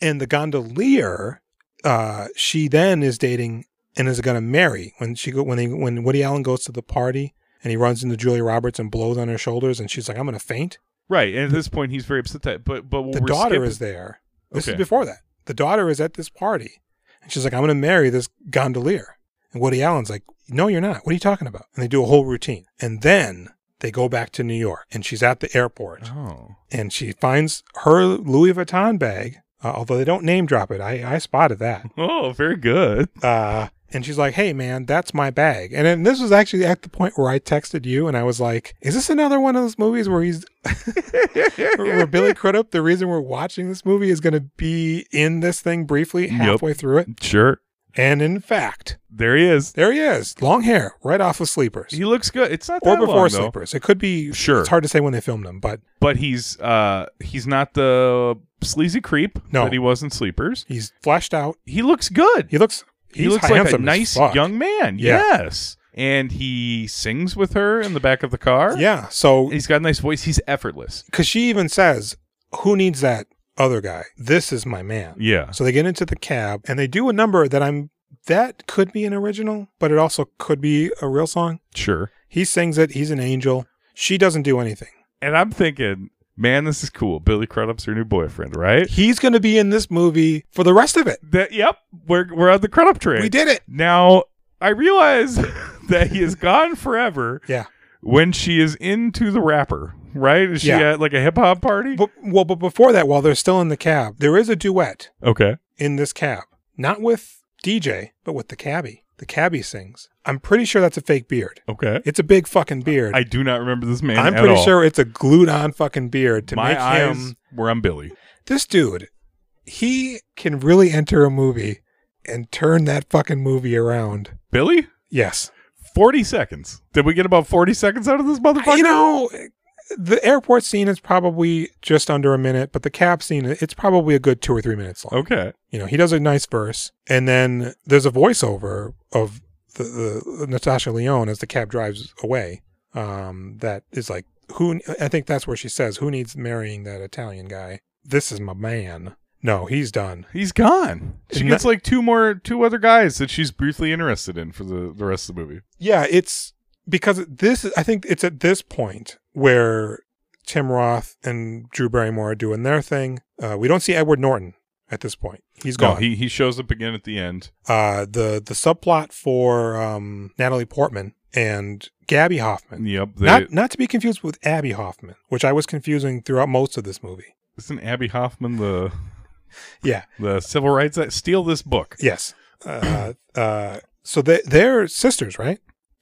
B: And the gondolier, uh, she then is dating and is going to marry when she go when they when Woody Allen goes to the party and he runs into Julia Roberts and blows on her shoulders and she's like, I'm going to faint.
A: Right. And at this point, he's very upset that. But, but what
B: The
A: we're
B: daughter
A: skipping-
B: is there. This
A: Okay.
B: is before that. The daughter is at this party and she's like, I'm going to marry this gondolier. And Woody Allen's like, No, you're not. What are you talking about? And they do a whole routine. And then They go back to New York and she's at the airport
A: Oh.
B: and she finds her Louis Vuitton bag, uh, although they don't name drop it. I, I spotted that.
A: Oh, very good.
B: Uh, and she's like, hey, man, that's my bag. And then this was actually at the point where I texted you and I was like, is this another one of those movies where he's, where Billy Crudup, the reason we're watching this movie is going to be in this thing briefly
A: Yep.
B: halfway through it?
A: Sure.
B: And in fact,
A: There he is.
B: there he is, long hair, right off of Sleepers.
A: He looks good. It's not that
B: or before
A: long, though.
B: Sleepers. It could be,
A: Sure.
B: it's hard to say when they filmed them, but
A: But he's uh he's not the sleazy creep
B: No.
A: that he was in Sleepers.
B: he's fleshed out.
A: He looks good.
B: He looks,
A: He
B: he's
A: looks like a
B: handsome as
A: nice
B: fuck.
A: young man.
B: Yeah.
A: Yes. And he sings with her in the back of the car.
B: Yeah. So,
A: He's got a nice voice. He's effortless.
B: because she even says, who needs that other guy? This is my man.
A: Yeah.
B: So they get into the cab and they do a number that I'm, that could be an original, but it also could be a real song.
A: Sure.
B: He sings it. He's an angel. She doesn't do anything.
A: And I'm thinking, man, this is cool. Billy Crudup's her new boyfriend, right?
B: He's going to be in this movie for the rest of it.
A: That yep, we're we're on the Crudup train.
B: We did it.
A: Now I realize that he is gone forever.
B: Yeah.
A: When she is into the rapper, right? Is she
B: Yeah.
A: at like a hip hop party?
B: But, well, but before that, while they're still in the cab, there is a duet
A: Okay.
B: in this cab, not with DJ, but with the cabbie. The cabbie sings. I'm pretty sure that's a fake beard.
A: Okay.
B: It's a big fucking beard.
A: I do not remember this man.
B: I'm
A: at
B: pretty
A: all.
B: sure it's a glued on fucking beard to
A: My
B: make
A: eyes
B: him.
A: were on Billy.
B: This dude, he can really enter a movie and turn that fucking movie around.
A: Billy?
B: Yes.
A: Forty seconds. Did we get about forty seconds out of this motherfucker?
B: You know, the airport scene is probably just under a minute, but the cab scene, it's probably a good two or three minutes long.
A: Okay.
B: You know, he does a nice verse, and then there's a voiceover of the, the Natasha Leone as the cab drives away. Um, that is like who I think that's where she says, "Who needs marrying that Italian guy? This is my man." No, he's done.
A: He's gone. She
B: Isn't
A: gets like two more two other guys that she's briefly interested in for the, the rest of the movie.
B: Yeah, it's because this. I think it's at this point where Tim Roth and Drew Barrymore are doing their thing. Uh, we don't see Edward Norton at this point. He's gone.
A: No, he he shows up again at the end.
B: uh, the the subplot for um, Natalie Portman and Gabby Hoffman.
A: Yep. They,
B: not not to be confused with Abby Hoffman, which I was confusing throughout most of this movie.
A: isn't Abby Hoffman the
B: Yeah.
A: the civil rights act? Steal this book.
B: Yes. Uh, uh, so they they're sisters, right?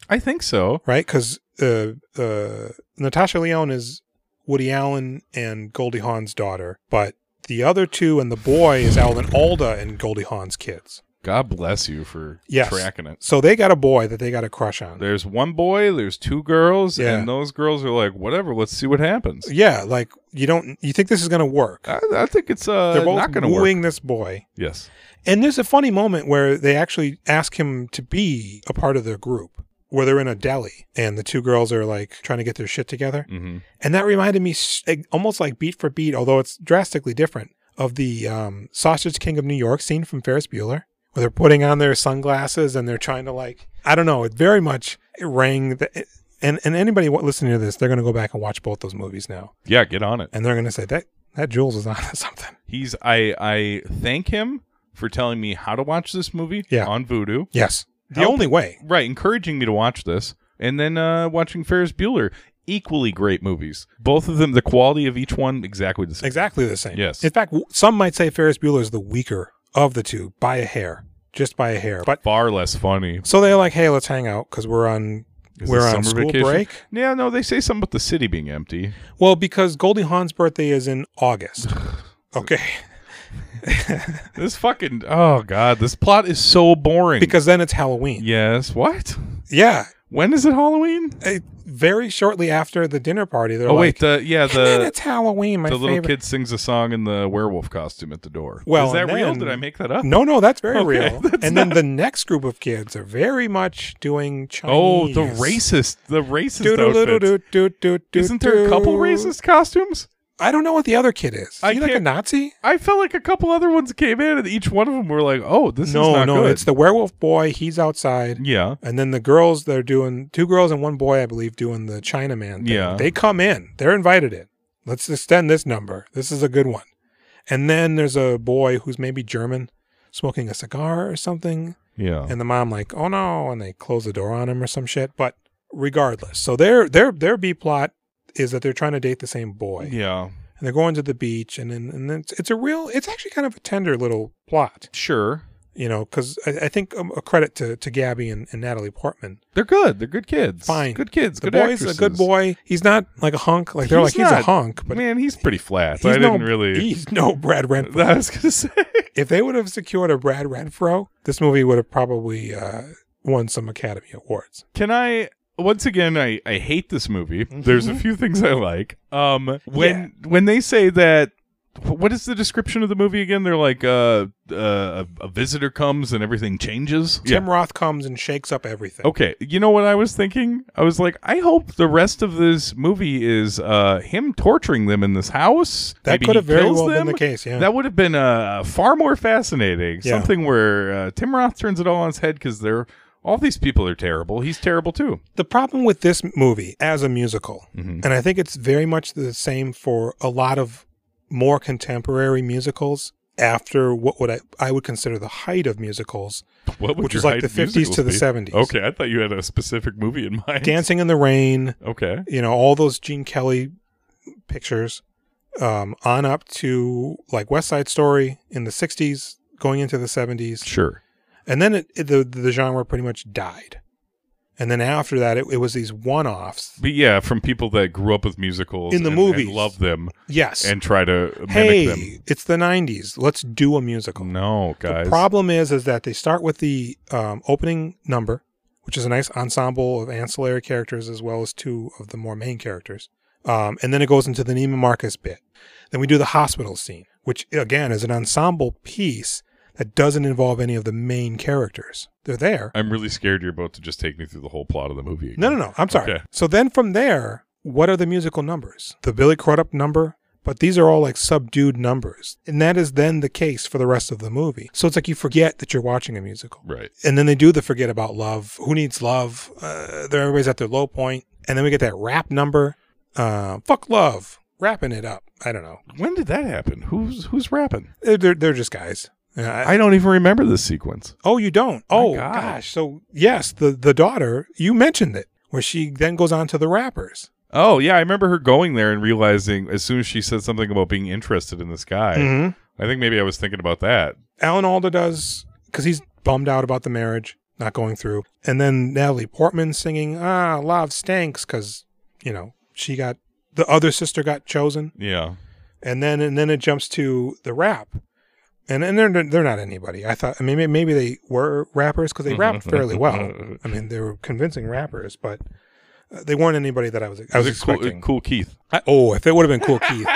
A: I think so.
B: Right? Because uh, uh, Natasha Leone is Woody Allen and Goldie Hawn's daughter, but the other two and the boy is Alan Alda and Goldie Hawn's kids.
A: God bless you for
B: Yes.
A: tracking it.
B: So they got a boy that they got a crush on.
A: There's one boy, there's two girls,
B: Yeah.
A: and those girls are like, whatever, let's see what happens.
B: yeah, like you don't you think this is gonna work?
A: I, I think it's uh,
B: They're both
A: not going to work.
B: wooing this boy.
A: Yes.
B: And there's a funny moment where they actually ask him to be a part of their group, where they're in a deli and the two girls are like trying to get their shit together.
A: hmm
B: And that reminded me s- like, almost like beat for beat, although it's drastically different, of the um, Sausage King of New York scene from Ferris Bueller, where they're putting on their sunglasses and they're trying to like, I don't know, it very much rang the. eh, And, and anybody wa- listening to this, they're going to go back and watch both those movies now.
A: Yeah, get on it.
B: And they're going to say that, that Jules is on to something.
A: He's I I thank him for telling me how to watch this movie
B: Yeah.
A: on Voodoo.
B: Yes. The
A: Help.
B: only way.
A: Right, encouraging me to watch this. And then uh, watching Ferris Bueller. Equally great movies. Both of them, the quality of each one, exactly the same.
B: Exactly the same.
A: Yes.
B: In fact, w- some might say Ferris Bueller is the weaker of the two by a hair, just by a hair. But
A: Far less funny.
B: so they're like, hey, let's hang out because we're on
A: Is
B: we're
A: this
B: on
A: summer
B: school
A: vacation?
B: break.
A: Yeah, no, they say something about the city being empty.
B: Well, because Goldie Hawn's birthday is in August. okay.
A: This fucking oh god, this plot is so boring.
B: because then it's Halloween.
A: yes, what?
B: Yeah.
A: When is it Halloween?
B: Uh, very shortly after the dinner party, they're
A: oh
B: like,
A: wait, the yeah
B: and then
A: the
B: it's Halloween. My
A: the little
B: favorite.
A: kid sings a song in the werewolf costume at the door.
B: Well,
A: is that
B: and
A: real?
B: then-
A: Did I make that up?
B: No, no, that's very
A: Okay,
B: real.
A: that's
B: and then the next group of kids are very much doing
A: Oh,
B: Chinese.
A: the racist, the racist outfits.
B: racist.
A: Isn't there a couple racist costumes?
B: I don't know what the other kid is. Is
A: I
B: he like a
A: can't-
B: Nazi?
A: I felt like a couple other ones came in, and each one of them were like, "Oh, this is
B: no,
A: not
B: no.
A: good."
B: It's the werewolf boy. He's outside.
A: yeah,
B: And then the girls, they're doing two girls and one boy, I believe, doing the Chinaman. Thing.
A: Yeah.
B: They come in. They're invited in. Let's extend this number. This is a good one. And then there's a boy who's maybe German smoking a cigar or something.
A: yeah.
B: "Oh, And the mom, like, oh no. And they close the door on him or some shit. But regardless. So their their their B plot is that they're trying to date the same boy,
A: Yeah.
B: and they're going to the beach, and then and then it's, it's a real, it's actually kind of a tender little plot,
A: Sure.
B: you know, because I, I think um, a credit to to Gabby and, and Natalie Portman.
A: They're good. They're good kids.
B: Fine.
A: Good kids.
B: The
A: good
B: boy's a good
A: actresses.
B: boy. He's not like a hunk. Like they're
A: He's
B: like he's a
A: not-
B: hunk, but
A: Man, he's pretty flat.
B: he's
A: I
B: no-
A: didn't really.
B: he's no Brad Renfro.
A: I was gonna say.
B: if they would have secured a Brad Renfro, this movie would have probably uh, won some Academy Awards.
A: Can I? Once again, I, I hate this movie. There's
B: Mm-hmm.
A: a few things I like. Um, when when they say that, what is the description of the movie again? They're like, uh, uh a, a visitor comes and everything changes. Yeah.
B: Tim Roth comes and shakes up everything.
A: Okay, you know what I was thinking? I was like, I hope the rest of this movie is uh, him torturing them in this house.
B: that
A: Maybe
B: could have
A: he
B: very
A: kills
B: well
A: them.
B: been the case. Yeah,
A: That would have been uh, far more fascinating.
B: Yeah.
A: Something where uh, Tim Roth turns it all on its head because they're all these people are terrible. He's terrible too.
B: the problem with this movie as a musical,
A: Mhm.
B: and I think it's very much the same for a lot of more contemporary musicals after what would I, I would consider the height of musicals,
A: What would
B: which
A: your
B: was like
A: height
B: the fifties to the
A: musicals
B: seventies.
A: be? Okay, I thought you had a specific movie in mind.
B: Dancing in the Rain,
A: Okay.
B: you know, all those Gene Kelly pictures, um, on up to like West Side Story in the '60s, going into the '70s,
A: Sure.
B: and then it, it, the the genre pretty much died. And then after that, it, it was these one-offs.
A: But yeah, from people that grew up with musicals
B: In the
A: and, and
B: movies.
A: love them
B: Yes.
A: and try to mimic
B: hey,
A: them.
B: it's the '90s. Let's do a musical.
A: No, guys.
B: The problem is, is that they start with the um, opening number, which is a nice ensemble of ancillary characters as well as two of the more main characters, um, and then it goes into the Neiman Marcus bit. Then we do the hospital scene, which again is an ensemble piece that doesn't involve any of the main characters. They're there.
A: I'm really scared you're about to just take me through the whole plot of the movie.
B: No,
A: again.
B: no, no. I'm sorry.
A: Okay.
B: So then from there, what are the musical numbers? The Billy Crudup number, but these are all like subdued numbers, and that is then the case for the rest of the movie. So it's like you forget that you're watching a musical.
A: Right.
B: and then they do the forget about love. Who needs love? Uh, they're everybody's at their low point, and then we get that rap number. Uh, fuck love, wrapping it up. I don't know.
A: When did that happen? Who's who's rapping?
B: They're they're, they're just guys. Uh, I-
A: I don't even remember this sequence.
B: oh, you don't.
A: My
B: Oh
A: God.
B: gosh. So yes, the the daughter you mentioned it, where she then goes on to the rappers.
A: Oh yeah, I remember her going there and realizing as soon as she said something about being interested in this guy.
B: Mhm.
A: I think maybe I was thinking about that.
B: Alan Alda does because he's bummed out about the marriage not going through, and then Natalie Portman singing "Ah, love stinks" because you know she got the other sister got chosen.
A: Yeah.
B: and then and then it jumps to the rap, and and they're they're not anybody. I thought I mean may- maybe they were rappers because they
A: Mm-hmm.
B: rapped fairly well. I mean they were convincing rappers, but uh, they weren't anybody that I was I was
A: it cool, uh,
B: expecting.
A: cool Keith.
B: I- oh, if it would have been Cool Keith,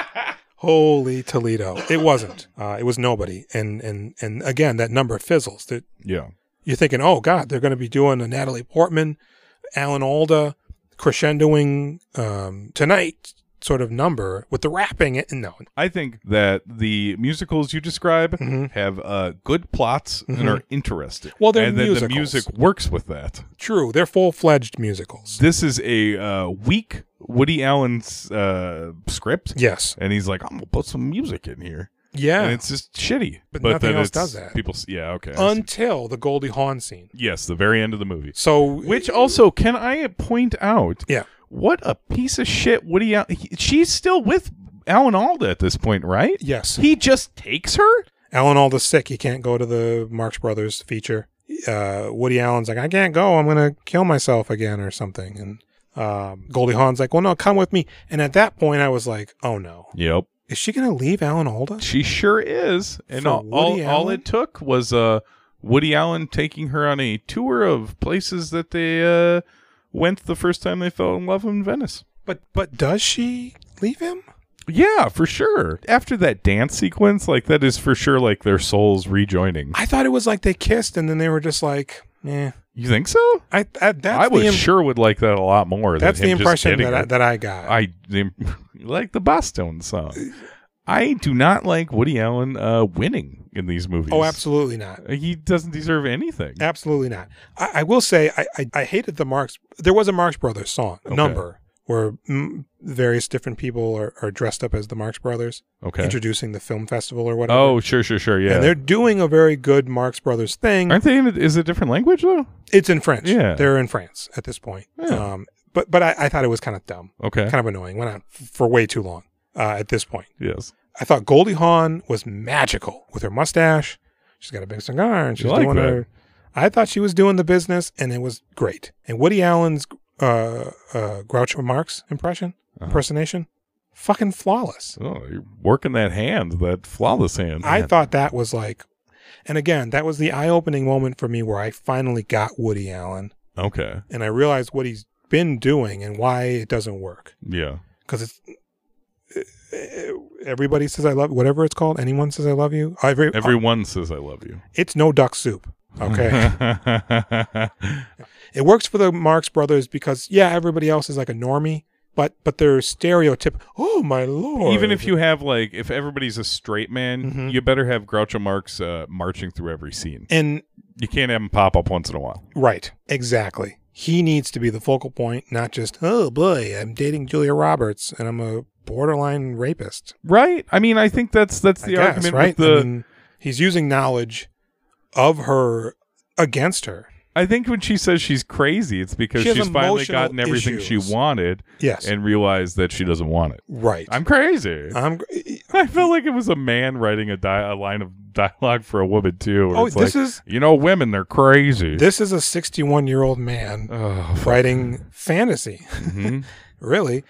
B: holy Toledo! It wasn't. Uh, it was nobody, and and and again that number fizzles. That
A: Yeah.
B: you're thinking, oh God, they're going to be doing a Natalie Portman, Alan Alda, crescendoing um, tonight sort of number with the rapping. And no,
A: I think that the musicals you describe
B: Mhm.
A: have uh, good plots and
B: Mhm.
A: are interesting.
B: Well, they're
A: and then the
B: musicals.
A: music works with that.
B: True, they're full fledged musicals.
A: This is a uh, weak Woody Allen's uh, script,
B: Yes.
A: and he's like, "I'm gonna put some music in here,"
B: Yeah.
A: and it's just shitty.
B: But nothing
A: then
B: else
A: it's-
B: does that.
A: People, s- yeah, okay. I see.
B: Until the Goldie Hawn scene.
A: yes, the very end of the movie.
B: So
A: Which also, can I point out?
B: Yeah.
A: What a piece of shit Woody Allen. he- She's still with Alan Alda at this point, right?
B: Yes.
A: He just takes her.
B: Alan Alda's sick. He can't go to the Marx Brothers feature. Uh, Woody Allen's like, I can't go. I'm gonna kill myself again or something. And um, Goldie Hawn's like, Well, no, come with me. And at that point, I was like, Oh no,
A: Yep.
B: is she gonna leave Alan Alda?
A: She sure is. And
B: For
A: all, all,
B: Woody
A: all
B: Allen?
A: it took was uh, Woody Allen taking her on a tour of places that they uh, went the first time they fell in love in Venice.
B: But but does she leave him?
A: Yeah, for sure. After that dance sequence, like that is for sure like their souls rejoining.
B: I thought it was like they kissed and then they were just like, eh.
A: You think so?
B: I, I that's
A: I
B: the
A: would
B: im-
A: sure would like that a lot more.
B: that's
A: than
B: the
A: him just
B: impression
A: getting
B: that I,
A: her.
B: that I got.
A: I the, like the Boston song. I do not like Woody Allen uh, winning in these movies.
B: oh, absolutely not.
A: He doesn't deserve anything.
B: Absolutely not. I, I will say I, I, I hated the Marx. There was a Marx Brothers song
A: Okay.
B: number where mm, various different people are, are dressed up as the Marx Brothers,
A: Okay.
B: introducing the film festival or whatever.
A: Oh, sure, sure, sure.
B: And
A: Yeah.
B: they're doing a very good Marx Brothers thing.
A: Aren't they in? A, is it a different language though?
B: It's in French.
A: Yeah.
B: They're in France at this point.
A: Yeah.
B: Um, but but I, I thought it was kind of dumb,
A: Okay.
B: kind of annoying. Went on f- for way too long uh, at this point.
A: Yes.
B: I thought Goldie Hawn was magical with her mustache. She's got a big cigar and
A: You
B: she's
A: like
B: doing
A: that.
B: her. I thought she was doing the business and it was great. And Woody Allen's uh, uh, Groucho Marx impression,
A: Uh-huh.
B: impersonation, fucking flawless.
A: Oh, you're working that hand, that flawless hand.
B: I
A: Man.
B: thought that was like, and again, that was the eye opening moment for me where I finally got Woody Allen
A: Okay.
B: and I realized what he's been doing and why it doesn't work.
A: Yeah.
B: Because it's. eh, Everybody says I love whatever it's called. Anyone says I love you. Every,
A: Everyone says I love you.
B: it's no duck soup. Okay.
A: Okay.
B: it works for the Marx brothers because yeah, everybody else is like a normie, but but they're stereotyp. Oh my lord!
A: Even if you have like, if everybody's a straight man,
B: Mhm.
A: you better have Groucho Marx uh, marching through every scene.
B: and
A: You can't have him pop up once in a while.
B: right, exactly. He needs to be the focal point, not just oh boy, I'm dating Julia Roberts and I'm a borderline rapist.
A: Right? I mean, I think that's that's
B: I
A: the
B: guess,
A: argument.
B: right?
A: With the
B: I mean, he's using knowledge of her against her.
A: I think when she says she's crazy, it's because
B: She has
A: she's finally
B: emotional
A: gotten everything
B: issues.
A: she wanted
B: Yes,
A: and realized that she doesn't want it.
B: right.
A: I'm crazy.
B: I'm
A: I felt like it was a man writing a, di- a line of dialogue for a woman too. where
B: oh,
A: it's
B: this
A: like,
B: is
A: you know, women they're crazy.
B: this is a 61 year old man
A: oh, fuck.
B: writing fantasy.
A: Mhm.
B: really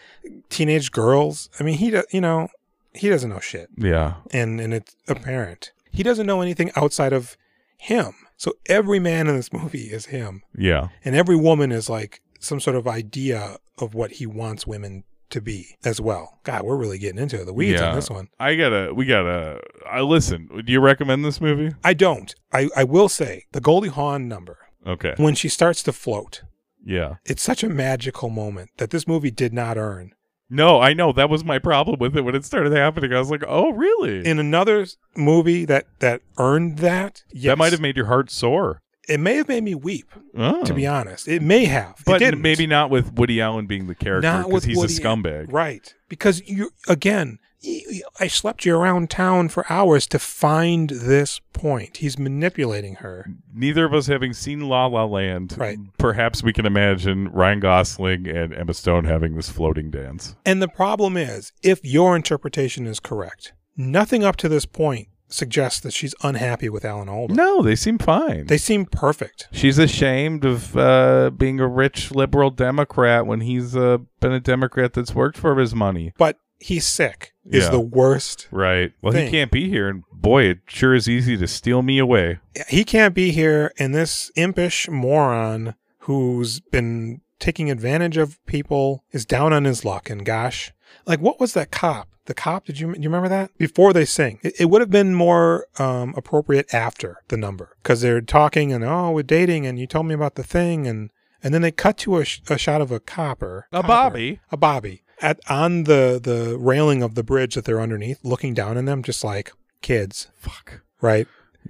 B: teenage girls i mean he do, you know he doesn't know shit
A: Yeah,
B: and and it's apparent he doesn't know anything outside of him so every man in this movie is him
A: yeah,
B: and every woman is like some sort of idea of what he wants women to be as well god we're really getting into the weeds
A: Yeah.
B: on this one
A: I gotta, we gotta. I listen. Do you recommend this movie?
B: i don't i i will say the goldie hawn number
A: Okay,
B: when she starts to float
A: yeah.
B: it's such a magical moment that this movie did not earn
A: No, I know that was my problem with it when it started happening. I was like, oh, really?
B: in another movie that that earned that yes,
A: That might have made your heart sore.
B: it may have made me weep
A: Oh.
B: to be honest it may have It
A: but
B: didn't.
A: maybe not with Woody Allen being the character
B: Not
A: because
B: with
A: he's
B: Woody-
A: a scumbag.
B: right because you again y- y- i slept you around town for hours to find this point he's manipulating her
A: Neither of us having seen La La Land,
B: Right.
A: perhaps we can imagine Ryan Gosling and Emma Stone having this floating dance.
B: and the problem is if your interpretation is correct nothing up to this point suggests that she's unhappy with alan Alda.
A: No, they seem fine.
B: they seem perfect
A: She's ashamed of uh, being a rich liberal Democrat when he's uh, been a Democrat that's worked for his money.
B: but he's sick is
A: Yeah.
B: the worst
A: Right. Well, he
B: Thing.
A: can't be here, and boy, it sure is easy to steal me away.
B: he can't be here and this impish moron who's been taking advantage of people is down on his luck and gosh like what was that cop the cop did you, you remember that before they sing it, it would have been more um, appropriate after the number because they're talking and oh we're dating and you told me about the thing and and then they cut to a, sh- a shot of a copper
A: A
B: copper,
A: Bobby.
B: a bobby at on the the railing of the bridge that they're underneath looking down on them just like kids
A: Fuck.
B: right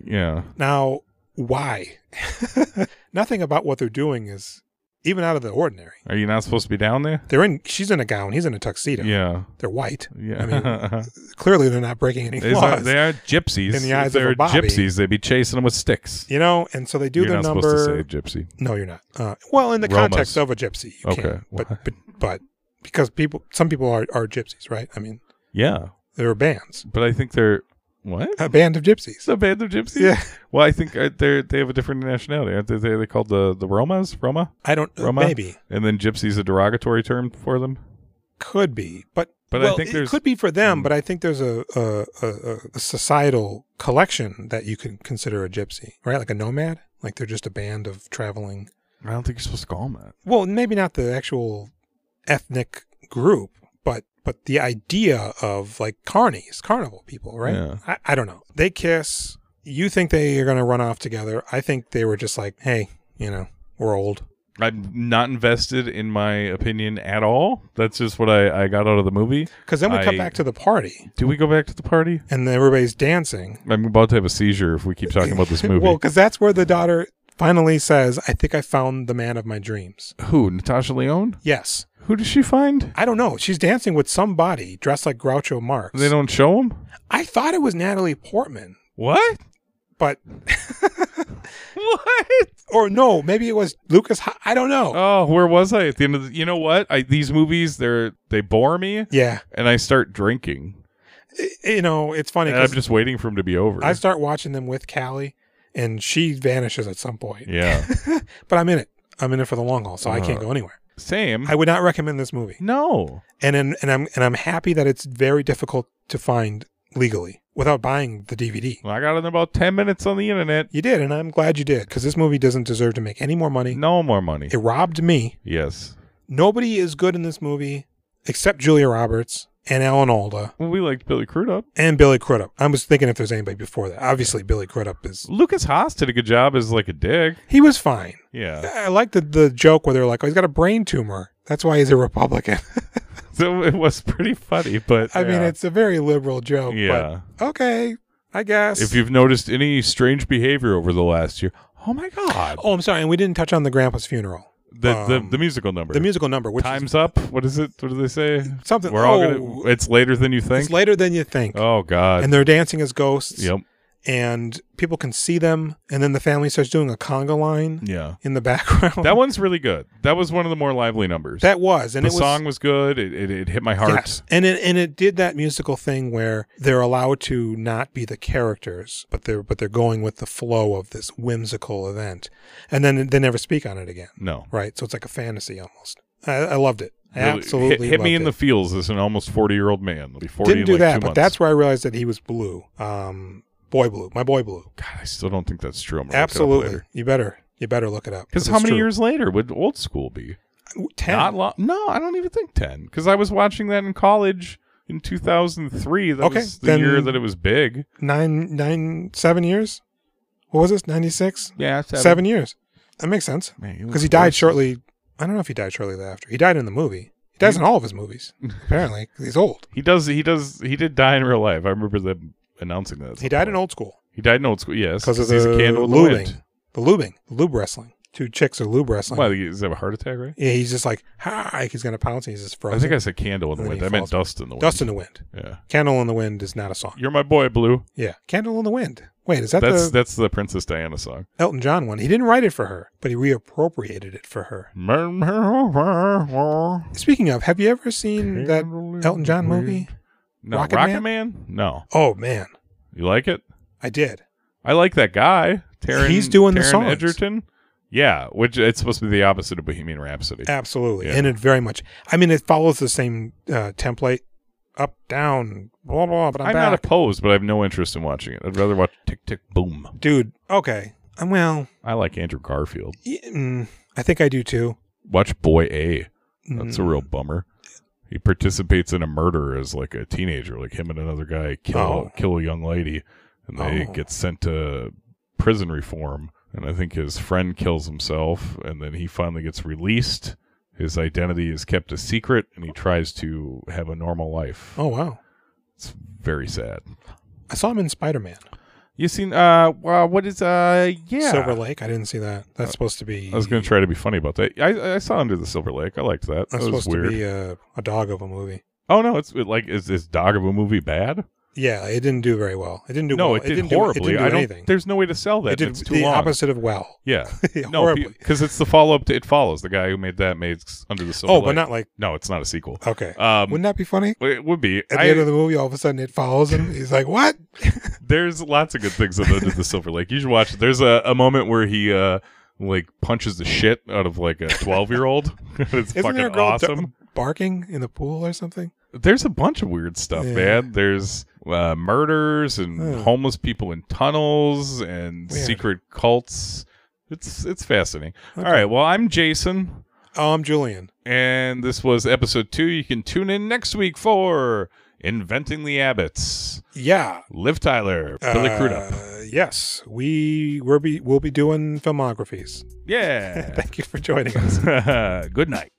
A: Yeah.
B: now, why? Nothing about what they're doing is even out of the ordinary.
A: Are you not supposed to be down there?
B: They're in. She's in a gown. He's in a tuxedo.
A: Yeah.
B: They're white.
A: Yeah.
B: I Clearly, they're not breaking any
A: It's
B: laws.
A: not- they are gypsies.
B: In the eyes
A: if they
B: of a
A: were
B: Bobby.
A: gypsies, they'd be chasing them with sticks.
B: you know, and so they do
A: You're
B: their
A: not
B: number.
A: supposed to say gypsy.
B: No, you're not. Uh, well, in the
A: Romas.
B: context of a gypsy, you
A: Okay.
B: can. But, but but because people, some people are are gypsies, right? I mean,
A: Yeah,
B: there are bands,
A: but I think they're what?
B: a band of
A: It's
B: gypsies.
A: a band of gypsies.
B: Yeah,
A: Well, I think uh, they they have a different nationality. Aren't they? They they called the the Romas, Roma,
B: I don't. uh,
A: Roma?
B: Maybe
A: and then gypsy's a derogatory term for them.
B: could be, but
A: But I
B: well,
A: think
B: it
A: there's- Hmm.
B: could be for them. But I think there's a a, a a societal collection that you could consider a gypsy, right? Like a nomad, like they're just a band of traveling.
A: I don't think you're supposed to call them that.
B: Well, maybe not the actual ethnic group, but but the idea of like carnies, carnival people, right?
A: Yeah.
B: I, I don't know. They kiss. You think they are going to run off together? I think they were just like, hey, you know, we're old.
A: I'm not invested in my opinion at all. That's just what I I got out of the movie.
B: Because then we come
A: I-
B: back to the party,
A: Do we go back to the party?
B: and then everybody's dancing.
A: I'm about to have a seizure if we keep talking about this movie.
B: Well, because that's where the daughter finally says, "I think I found the man of my dreams."
A: Who? Natasha Leone?
B: Yes,
A: Who does she find?
B: I don't know. She's dancing with somebody dressed like Groucho Marx.
A: They don't show him.
B: I thought it was Natalie Portman,
A: What?
B: but
A: What?
B: or no, maybe it was Lucas. Ho- I don't know.
A: Oh, where was I at the end of the? You know what? I, these movies, they're they bore me,
B: yeah,
A: and I start drinking.
B: I- you know, it's funny
A: And I'm
B: 'cause
A: just waiting for them to be over.
B: I start watching them with Callie, and she vanishes at some point.
A: yeah,
B: But I'm in it. I'm in it for the long haul, so I can't
A: Uh-huh.
B: go anywhere.
A: same.
B: I would not recommend this movie.
A: no.
B: and and, and I'm and I'm happy that it's very difficult to find legally without buying the DVD.
A: Well, I got in about ten minutes on the internet.
B: You did, and I'm glad you did because this movie doesn't deserve to make any more money.
A: No more money.
B: It robbed me.
A: Yes.
B: Nobody is good in this movie except Julia Roberts and Alan Alda
A: Well, we liked Billy Crudup.
B: and Billy Crudup. I was thinking if there's anybody before that. Obviously, Billy Crudup is
A: Lucas Haas did a good job as like a dick.
B: he was fine.
A: Yeah.
B: I like the the joke where they're like, "Oh, he's got a brain tumor. That's why he's a Republican."
A: So it was pretty funny, but
B: I mean,
A: yeah.
B: it's a very liberal joke.
A: yeah.
B: But okay, I guess.
A: If you've noticed any strange behavior over the last year, oh my god,
B: oh, I'm sorry, and we didn't touch on the grandpa's funeral.
A: the the,
B: um,
A: the musical number,
B: the musical number, which is
A: times up. What is it? What do they say?
B: something.
A: We're all
B: oh,
A: gonna. It's later than you think.
B: it's later than you think.
A: oh god.
B: And they're dancing as ghosts,
A: yep.
B: and people can see them. And then the family starts doing a conga line
A: Yeah.
B: in the background.
A: That one's really good. That was one of the more lively numbers.
B: that was, and
A: the
B: it was
A: song was good. It, it, it hit my heart.
B: Yes, and it and it did that musical thing where they're allowed to not be the characters, but they're but they're going with the flow of this whimsical event, and then they never speak on it again,
A: No.
B: right? So it's like a fantasy almost. I, I loved it. I
A: Really-
B: absolutely
A: hit, hit me in
B: loved it.
A: the feels as an almost forty year old man. I'll be forty.
B: Didn't do
A: in, like,
B: that,
A: two
B: but
A: months.
B: that's where I realized that he was blue. Um, boy blue, my boy blue.
A: God, I still don't think that's true. I'm gonna look it up
B: Absolutely,
A: later.
B: you better you better look it up.
A: Because how
B: it's
A: many
B: true.
A: years later would old school be?
B: Ten.
A: Not long. No, I don't even think ten. Because I was watching that in college in 2003. That
B: Okay,
A: was the
B: then-
A: year that it was big.
B: nine, nine, seven years. What was this? Ninety six.
A: Yeah,
B: Seven. years. That makes sense because
A: Because
B: he died shortly. I don't know if he died shortly after. He died in the movie. He dies in all of his movies apparently. 'cause he's old.
A: He does. He does. He did die in real life. I remember them announcing that.
B: He died in old school
A: He died in old school. Yes,
B: because of the
A: he's a candle in the
B: lubing,
A: wind.
B: the lubing, the lube wrestling. Two chicks are lube wrestling.
A: Why is that a heart attack? Right.
B: Yeah, he's just like, ha, like he's gonna pounce. And he's just frozen.
A: I think I said candle in the
B: And then
A: wind.
B: he
A: I meant
B: falls.
A: dust in the wind.
B: Dust in the Wind.
A: Yeah.
B: Candle in the Wind is not a song.
A: You're my boy, Blue.
B: Yeah. Candle in the Wind. Wait, is that
A: that's
B: the
A: that's the Princess Diana song.
B: Elton John one? He didn't write it for her, but he reappropriated it for her. Speaking of, have you ever seen that Elton John movie?
A: No, Rocket,
B: Rocket
A: Man? No,
B: Oh man,
A: you like it?
B: I did.
A: I like that guy. Taron,
B: He's doing the
A: Taron
B: songs.
A: Edgerton. Yeah, which it's supposed to be the opposite of Bohemian Rhapsody.
B: Absolutely.
A: Yeah.
B: And it very much. I mean, it follows the same uh, template up, down, blah, blah, but I'm,
A: I'm, not
B: back.
A: opposed, but I have no interest in watching it. I'd rather watch Tick Tick Boom.
B: Dude, okay. I'm well.
A: I like Andrew Garfield.
B: y- mm, I think I do too.
A: Watch Boy A. That's a
B: Mm.
A: real bummer. He participates in a murder as like a teenager, like him and another guy kill
B: Oh.
A: kill a young lady, and they
B: Oh.
A: get sent to prison reform. And I think his friend kills himself, and then he finally gets released. His identity is kept a secret, and he tries to have a normal life.
B: Oh, wow.
A: It's very sad.
B: I saw him in Spider Man.
A: You seen uh, wow, what is uh, yeah. Uh,
B: Silver Lake. I didn't see that. That's supposed to be.
A: I was gonna try to be funny about that. I, I saw Under the Silver Lake. I liked that. That
B: That's
A: was
B: supposed
A: weird.
B: to be a, a dog of a movie.
A: oh no, it's it, like is this dog of a movie bad?
B: Yeah, it didn't do very well. It didn't do
A: no,
B: well.
A: it did
B: didn't do-
A: horribly.
B: it didn't do
A: I don't.
B: anything.
A: There's no way to sell that.
B: it did
A: it's too
B: the
A: long.
B: opposite of well.
A: Yeah. No,
B: horribly.
A: because it's the follow up to It Follows. The guy who made that made S- Under the Silver.
B: oh,
A: Lake.
B: but not like
A: No, it's not a sequel.
B: okay.
A: Um,
B: Wouldn't that be funny?
A: it would be.
B: At the
A: I-
B: end of the movie, all of a sudden it follows him. He's like, "What?"
A: there's lots of good things in Under the Silver Lake. You should watch it. There's a, a moment where he uh like punches the shit out of like a 12 year old. it's
B: Isn't
A: fucking
B: there a girl
A: awesome.
B: barking in the pool or something?
A: there's a bunch of weird stuff,
B: Yeah.
A: man. There's uh, murders and
B: Huh.
A: homeless people in tunnels and
B: Weird.
A: secret cults. It's it's fascinating.
B: Okay.
A: All right, well, I'm Jason,
B: Oh, I'm Julian.
A: and this was episode two. You can tune in next week for Inventing the Abbots.
B: Yeah.
A: Liv Tyler, Billy
B: Uh,
A: Crudup.
B: Yes, we will be we'll be doing filmographies.
A: Yeah.
B: Thank you for joining us.
A: Good night.